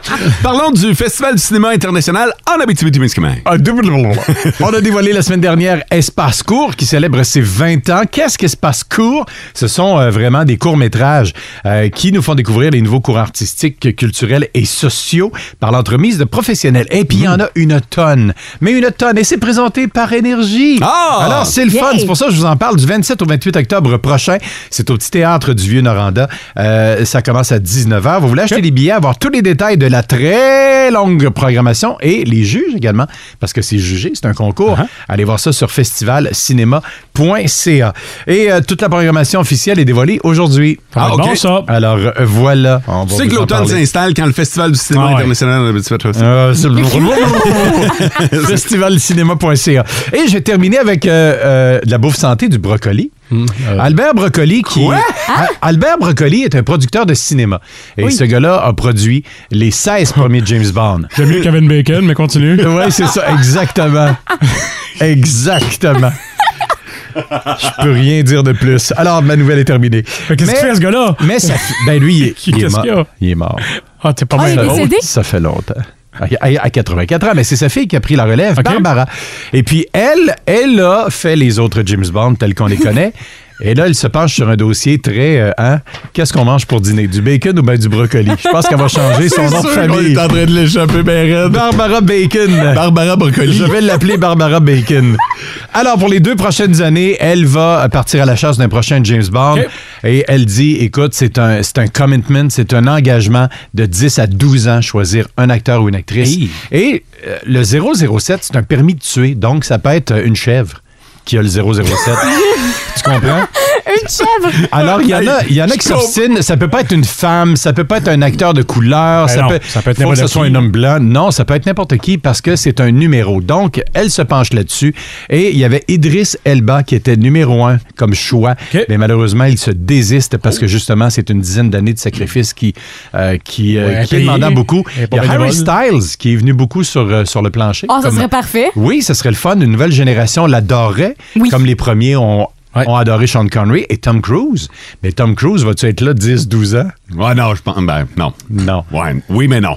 Speaker 12: Parlons du Festival du cinéma international en Abitibi-Témiscamingue.
Speaker 4: (laughs) On a dévoilé la semaine dernière Espace Court qui célèbre ses 20 ans. Qu'est-ce qu'Espace Court? Ce sont euh, vraiment des courts-métrages euh, qui nous font découvrir les nouveaux cours artistiques, culturels et sociaux par l'entremise de professionnels. Et puis, il y en a une tonne. Mais une tonne. Et c'est présenté par Énergie.
Speaker 12: Ah!
Speaker 4: Alors, c'est le fun.
Speaker 12: Yay!
Speaker 4: C'est pour ça que je vous en parle du 27 au 28 octobre prochain. C'est au petit théâtre du Vieux-Noranda. Euh, ça commence à 19h. Vous voulez acheter les billets, avoir tous les détails de la très longue programmation et les juges également, parce que c'est jugé, c'est un concours.
Speaker 12: Uh-huh.
Speaker 4: Allez voir ça sur festivalcinema.ca. Et euh, toute la programmation officielle est dévoilée aujourd'hui.
Speaker 12: Ah, ok. Bon, ça.
Speaker 4: Alors, euh, voilà. On
Speaker 12: Tu
Speaker 4: va
Speaker 12: sais
Speaker 4: vous
Speaker 12: que
Speaker 4: en
Speaker 12: l'automne
Speaker 4: parler.
Speaker 12: s'installe quand le Festival du cinéma
Speaker 4: Ah ouais.
Speaker 12: international en Abitibi-Témiscamingue. (laughs)
Speaker 4: Euh, (laughs) c'est- Festivalcinéma.ca. Et j'ai terminé avec euh, euh, de la bouffe santé du brocoli.
Speaker 5: Hum, euh,
Speaker 4: Albert Brocoli qui Al- Albert Brocoli est un producteur de cinéma et ce gars-là a produit les 16 premiers James
Speaker 5: (laughs)
Speaker 4: Bond.
Speaker 5: J'aime mieux Kevin Bacon,
Speaker 4: (laughs)
Speaker 5: mais continue.
Speaker 4: oui, c'est ça, exactement. (laughs) exactement. Je peux rien dire de plus. Alors ma nouvelle est terminée.
Speaker 5: qu'est-ce
Speaker 4: Mais-
Speaker 5: qu'il fait, ce gars-là?
Speaker 4: Mais ça ben lui il est, il est
Speaker 5: (laughs) Qu'est-ce
Speaker 4: mort.
Speaker 5: qu'il y a?
Speaker 4: Il est mort.
Speaker 5: Ah, t'es pas
Speaker 4: Ça
Speaker 5: mal
Speaker 4: fait
Speaker 5: drôle.
Speaker 4: longtemps. Ça fait longtemps. À- À à 84 ans, mais c'est sa fille qui a pris la relève, Barbara. Et puis elle, elle a fait les autres James Bond tels qu'on
Speaker 12: (laughs)
Speaker 4: les connaît. Et là, elle se penche sur un dossier très. euh, hein, Qu'est-ce qu'on mange pour dîner? Du bacon ou bien du brocoli? Je pense qu'elle
Speaker 12: (laughs)
Speaker 4: va changer son
Speaker 12: C'est
Speaker 4: nom de
Speaker 12: sûr
Speaker 4: famille.
Speaker 12: qu'on est en train de l'échapper, ben raide.
Speaker 4: Barbara Bacon.
Speaker 12: Barbara Brocoli.
Speaker 4: Je vais l'appeler Barbara Bacon. Alors, pour les deux prochaines années, elle va partir à la chasse d'un prochain James Bond. Et elle dit, écoute, c'est un, c'est un commitment, c'est un engagement de 10 à 12 ans, choisir un acteur ou une actrice.
Speaker 5: Hey.
Speaker 4: Et euh, le 007, c'est un permis de tuer. Donc, ça peut être une chèvre qui a le 007.
Speaker 5: (laughs)
Speaker 4: tu comprends?
Speaker 3: Une chèvre!
Speaker 4: Alors, il y en a, il y en a qui
Speaker 3: Je comprends.
Speaker 4: s'obstinent. Ça peut pas être une femme, ça peut pas être un acteur de couleur,
Speaker 5: Ben
Speaker 4: ça,
Speaker 5: non,
Speaker 4: peut,
Speaker 5: ça peut être
Speaker 4: faut que ce
Speaker 5: n'importe
Speaker 4: soit
Speaker 5: qui.
Speaker 4: un homme blanc. Non, ça peut être n'importe qui parce que c'est un numéro. Donc, elle se penche là-dessus. Et il y avait Idriss Elba qui était numéro un comme choix. Mais malheureusement, il se désiste parce
Speaker 5: Oh.
Speaker 4: que justement, c'est une dizaine d'années de sacrifice qui, euh, qui, euh,
Speaker 5: Ouais,
Speaker 4: qui est
Speaker 5: payé,
Speaker 4: demandant beaucoup.
Speaker 5: et
Speaker 4: Il y
Speaker 5: pas
Speaker 4: a Harry
Speaker 5: bénévole.
Speaker 4: Styles qui est venu beaucoup sur, euh, sur le plancher.
Speaker 3: Oh, ça
Speaker 4: Comme-
Speaker 3: serait parfait.
Speaker 4: oui, ce serait le fun. Une nouvelle génération l'adorerait, comme les premiers ont, ont adoré Sean Connery et Tom Cruise. Mais Tom Cruise, va-tu être là 10-12 ans?
Speaker 12: Ouais, non, je pense. Ben, non.
Speaker 4: Non.
Speaker 12: Ouais, oui, mais non.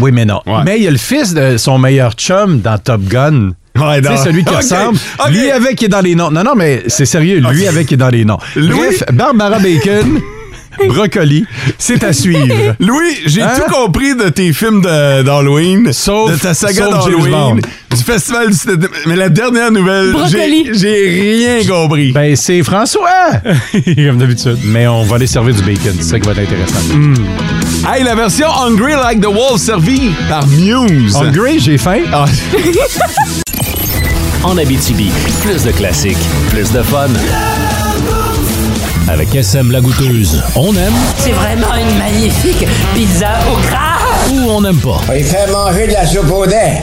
Speaker 4: Oui, mais non.
Speaker 12: Ouais.
Speaker 4: Mais il y a le fils de son meilleur chum dans Top Gun.
Speaker 12: Ouais,
Speaker 4: Tu sais,
Speaker 12: non.
Speaker 4: celui qui
Speaker 12: (laughs) Ok,
Speaker 4: ressemble.
Speaker 12: ok.
Speaker 4: Lui avec qui est dans les noms. Non, non, mais c'est sérieux. Lui avec qui est dans les noms.
Speaker 12: Louis-
Speaker 4: Bref,
Speaker 12: (laughs)
Speaker 4: Barbara Bacon, Brocoli, c'est à suivre.
Speaker 12: Louis, j'ai
Speaker 4: Hein?
Speaker 12: tout compris de tes films de- d'Halloween,
Speaker 4: Sauf-
Speaker 12: de ta saga
Speaker 4: sauf James Bond.
Speaker 12: d'Halloween, du festival du cinéma. Mais la dernière nouvelle,
Speaker 3: Brocoli.
Speaker 12: j'ai j'ai rien compris.
Speaker 4: Ben,
Speaker 12: (laughs)
Speaker 4: c'est François!
Speaker 5: Comme d'habitude.
Speaker 4: Mais on va les servir du bacon. C'est ça qui va être intéressant.
Speaker 12: Hey, la version Hungry Like the Wolf servie par Muse.
Speaker 4: Hungry, j'ai faim. (laughs)
Speaker 12: Ah,
Speaker 13: En Abitibi, plus de classiques, plus de fun.
Speaker 2: Avec SM la goûteuse, on aime
Speaker 14: C'est vraiment une magnifique pizza au gras.
Speaker 2: ou on n'aime pas.
Speaker 14: Il fait manger de la soupe au dent.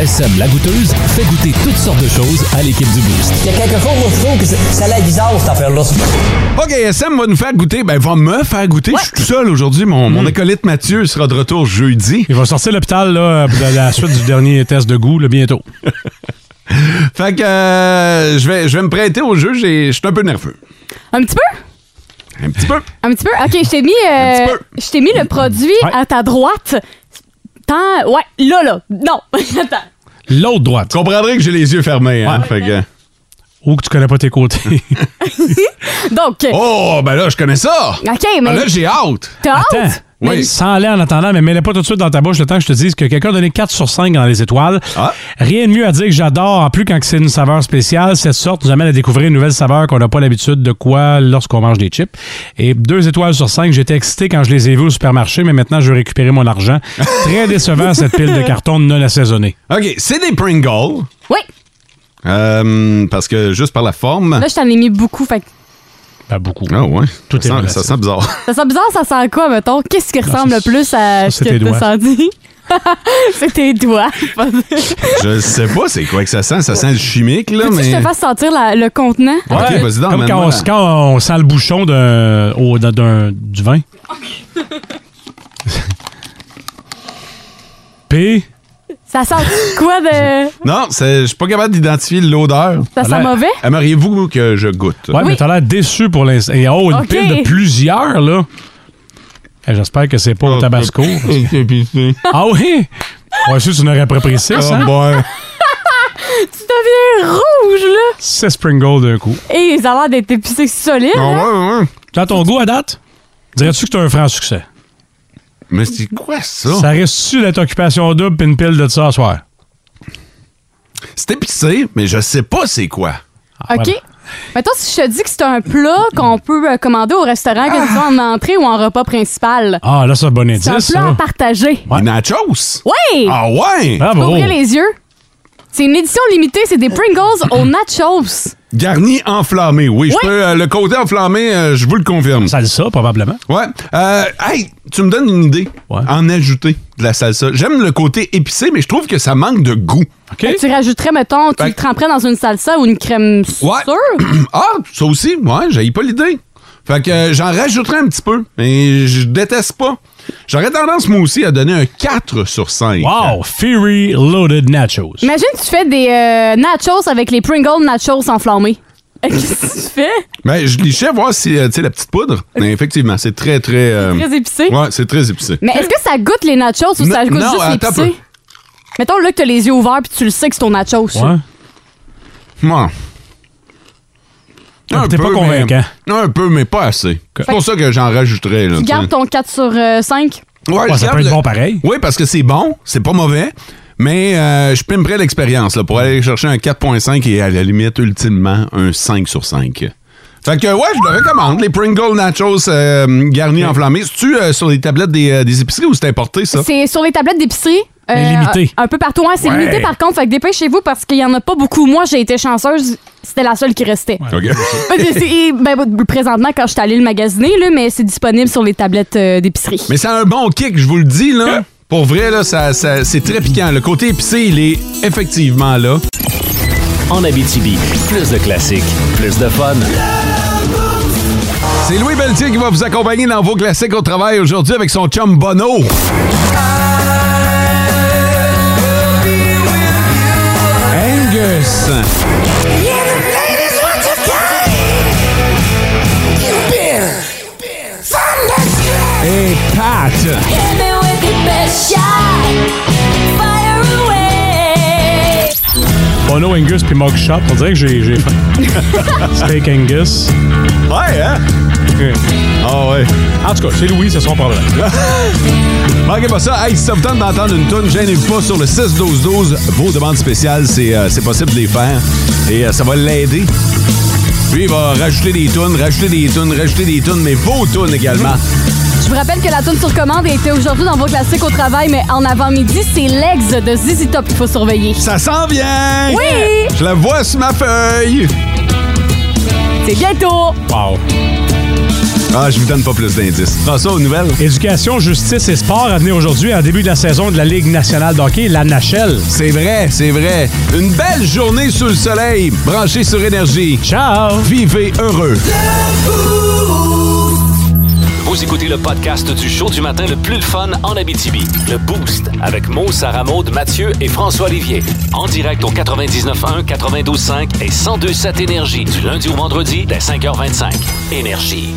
Speaker 2: SM la goûteuse fait goûter toutes sortes de choses à l'équipe du Boost.
Speaker 14: Il y a quelque chose où je trouve que c'est- ça a l'air bizarre, cette affaire-là.
Speaker 12: OK, SM va nous faire goûter. Ben, va me faire goûter. Je suis tout seul aujourd'hui. Mon,
Speaker 3: Mm.
Speaker 12: mon acolyte Mathieu sera de retour jeudi.
Speaker 5: Il va sortir de l'hôpital là, à la suite du dernier test de goût là, bientôt.
Speaker 4: Fait que euh, je vais, je vais me prêter au jeu. J'ai- Je suis un peu nerveux.
Speaker 3: Un petit peu?
Speaker 4: Un petit peu.
Speaker 3: Un petit peu? OK, je t'ai mis, euh, je t'ai mis le produit à ta droite. Tant... Ouais, là, là. Non, (laughs) attends.
Speaker 5: L'autre droite.
Speaker 4: Comprendrez que j'ai les yeux fermés. Hein, fait que...
Speaker 5: Ou que tu connais pas tes côtés. (laughs)
Speaker 3: Donc...
Speaker 4: Oh, Ah, ben là, je connais ça.
Speaker 3: OK, mais...
Speaker 4: hâte.
Speaker 3: T'as hâte?
Speaker 5: Attends. Mais Sans l'air en attendant, mais mets-le pas tout de suite dans ta bouche le temps que je te dise que quelqu'un a donné 4 sur 5 dans les étoiles.
Speaker 4: Ah.
Speaker 5: Rien de mieux à dire que j'adore, en plus quand c'est une saveur spéciale, cette sorte nous amène à découvrir une nouvelle saveur qu'on n'a pas l'habitude de quoi lorsqu'on mange des chips. Et deux étoiles sur 5, j'étais excité quand je les ai vus au supermarché, mais maintenant je veux récupérer
Speaker 4: (laughs)
Speaker 5: mon argent. Très décevant cette pile de carton non assaisonnée.
Speaker 4: OK, c'est des Pringles.
Speaker 3: Oui.
Speaker 4: Euh, parce que juste par la forme.
Speaker 3: Là, je t'en ai mis beaucoup, fait que
Speaker 5: Pas beaucoup.
Speaker 4: Ah ouais.
Speaker 5: Tout
Speaker 4: ça, sent, ça sent bizarre. (laughs)
Speaker 3: ça sent bizarre, ça sent quoi, mettons? Qu'est-ce qui ressemble le plus à ce
Speaker 4: c'est
Speaker 3: que
Speaker 4: tes
Speaker 3: t'as
Speaker 4: doigts.
Speaker 3: senti? (laughs) c'est tes doigts. Faut
Speaker 4: je sais pas c'est quoi que ça sent. Ça sent le chimique, là,
Speaker 3: que
Speaker 4: mais.
Speaker 3: je te fasse sentir la- le contenant?
Speaker 4: Ok, vas-y donc,
Speaker 5: Comme quand
Speaker 4: amène-moi.
Speaker 5: on, quand on sent le bouchon d'un, au- d'un- d'un- du vin. (laughs) P.
Speaker 3: Ça sent quoi de...
Speaker 4: Non, c'est- je suis pas capable d'identifier l'odeur.
Speaker 3: Ça sent mauvais?
Speaker 4: Aimeriez-vous que je goûte?
Speaker 5: Ouais, mais t'as l'air déçu pour l'instant. Et oh, une
Speaker 3: Ok.
Speaker 5: pile de plusieurs, là. Eh, J'espère que c'est pas au tabasco. (laughs) ah oui? Ouais, sûr, tu n'aurais pas pris
Speaker 4: Ah,
Speaker 5: 6,
Speaker 3: Oh
Speaker 5: hein?
Speaker 4: boy.
Speaker 3: tu deviens rouge, là!
Speaker 5: 6 Pringles d'un coup.
Speaker 3: Et ça a l'air d'être épicé solide.
Speaker 4: Ah,
Speaker 3: là.
Speaker 5: Tu as ton goût à date? Dirais-tu que t'as un franc succès?
Speaker 4: Mais c'est quoi ça?
Speaker 5: Ça reste-tu d'être occupation double pis une pile de ça à soir?
Speaker 4: C'est épicé, mais je sais pas c'est quoi.
Speaker 3: OK. Mettons, si je te dis que c'est un plat qu'on peut euh, commander au restaurant, que ce soit en entrée ou en repas principal.
Speaker 5: Ah, là, c'est un bon indice.
Speaker 3: c'est un plat à
Speaker 5: ça.
Speaker 3: partager.
Speaker 4: Des nachos?
Speaker 3: Oui!
Speaker 4: Ah
Speaker 3: Tu
Speaker 4: ouais?
Speaker 3: peux ouvrir les yeux. C'est une édition limitée, c'est des Pringles aux nachos.
Speaker 4: Garni enflammé, oui.
Speaker 3: Oui.
Speaker 4: Je peux, euh, le côté enflammé, euh, je vous le confirme.
Speaker 5: Salsa, probablement.
Speaker 4: Ouais. Euh, hey, tu me donnes une idée. En ajouter de la salsa. J'aime le côté épicé, mais je trouve que ça manque de goût.
Speaker 3: Fait que Tu rajouterais, mettons, tu
Speaker 4: Fait-
Speaker 3: le tremperais dans une salsa ou une crème sûre.
Speaker 4: Ben, Ouais. (clears throat) ah, ça aussi, ouais, j'ai pas l'idée. Fait que euh, j'en rajouterai un petit peu, mais je déteste pas. J'aurais tendance, moi aussi, à donner un 4 sur 5.
Speaker 5: Wow! Fury Loaded Nachos.
Speaker 3: Imagine, tu fais des euh, nachos avec les Pringles nachos enflammés. Qu'est-ce que tu fais?
Speaker 4: Ben, je lichais voir si, euh, tu sais, la petite
Speaker 3: (laughs)
Speaker 4: poudre. Mais effectivement, c'est très, très. euh,
Speaker 3: Très épicé.
Speaker 4: Ouais, c'est très épicé.
Speaker 3: Mais est-ce que ça goûte les nachos ou ça
Speaker 4: Non,
Speaker 3: goûte
Speaker 4: non,
Speaker 3: juste
Speaker 4: attends un peu.
Speaker 3: l'épicé? Mettons là que t'as les yeux ouverts puis tu le sais que c'est ton nachos.
Speaker 4: Ouais. Ouais. Un
Speaker 5: Ah, T'es pas
Speaker 4: peu, mais-
Speaker 5: convaincant.
Speaker 4: Non, un peu, mais pas assez. C'est pour ça que j'en rajouterais. Là,
Speaker 3: Tu
Speaker 4: tu sais.
Speaker 3: gardes ton 4 sur euh, 5?
Speaker 4: Ouais, je garde le- Oui, parce que c'est bon, c'est pas mauvais, mais euh, je pimperais l'expérience là, pour aller chercher un 4.5 et à la limite, ultimement, un 5 sur 5. Fait que, ouais, je le recommande. Les Pringle Nachos euh, garnis enflammés. C'est-tu euh, sur les tablettes des, euh, des épiceries ou c'est importé, ça?
Speaker 3: C'est sur les tablettes d'épicerie. euh,
Speaker 4: Mais limité.
Speaker 3: Un peu partout. Ouais, c'est
Speaker 4: Ouais.
Speaker 3: limité par contre. Fait que dépêchez-vous parce qu'il y en a pas beaucoup. Moi, j'ai été chanceuse. C'était la seule qui restait.
Speaker 4: OK.
Speaker 3: Fait que c'est- ben, présentement, quand je suis allée le magasiner, là, mais c'est disponible sur les tablettes euh, d'épicerie.
Speaker 4: Mais c'est un bon kick, je vous le dis, là. Pour vrai, là, ça, ça- c'est très piquant. Le côté épicé, il est effectivement là.
Speaker 2: En Abitibi, plus de classiques, plus de fun.
Speaker 4: C'est Louis Belletier qui va vous accompagner dans vos classiques au travail aujourd'hui avec son chum Bono. Angus. Et Pat.
Speaker 5: Bono Angus puis Mug Shot. On dirait que j'ai j'ai faim.
Speaker 3: (laughs)
Speaker 5: Steak Angus.
Speaker 4: Ouais, hein? Ah ouais.
Speaker 5: En tout cas, c'est Louis, c'est son problème.
Speaker 4: Manquez pas ça. Hey, si ça vous tente d'entendre une tonne, gênez-vous pas sur le 6-12-12. Vos demandes spéciales, c'est euh, c'est possible de les faire. Et euh, ça va l'aider. Lui, il va rajouter des tunes, rajouter des tunes, rajouter des tunes, mais vos tunes également.
Speaker 3: Je vous rappelle que la tune sur commande était aujourd'hui dans vos classiques au travail, mais en avant-midi, c'est l'ex de ZZ Top qu'il faut surveiller.
Speaker 4: Ça s'en vient!
Speaker 3: Oui!
Speaker 4: Je la vois sur ma feuille!
Speaker 3: C'est bientôt!
Speaker 5: Wow.
Speaker 4: Ah, je vous donne pas plus d'indices. ça aux nouvelles.
Speaker 5: Éducation, justice et sport à venir aujourd'hui en début de la saison de la Ligue nationale de hockey, la NHL.
Speaker 4: C'est vrai, c'est vrai. Une belle journée sous le soleil, branchée sur énergie.
Speaker 5: Ciao!
Speaker 4: Vivez heureux!
Speaker 2: Vous écoutez le podcast du show du matin le plus fun en Abitibi, le Boost, avec Mo, Sarah Maud, Mathieu et François Olivier. En direct au 99.1, 92.5 et 102.7 Énergie du lundi au vendredi dès 5h25. Énergie.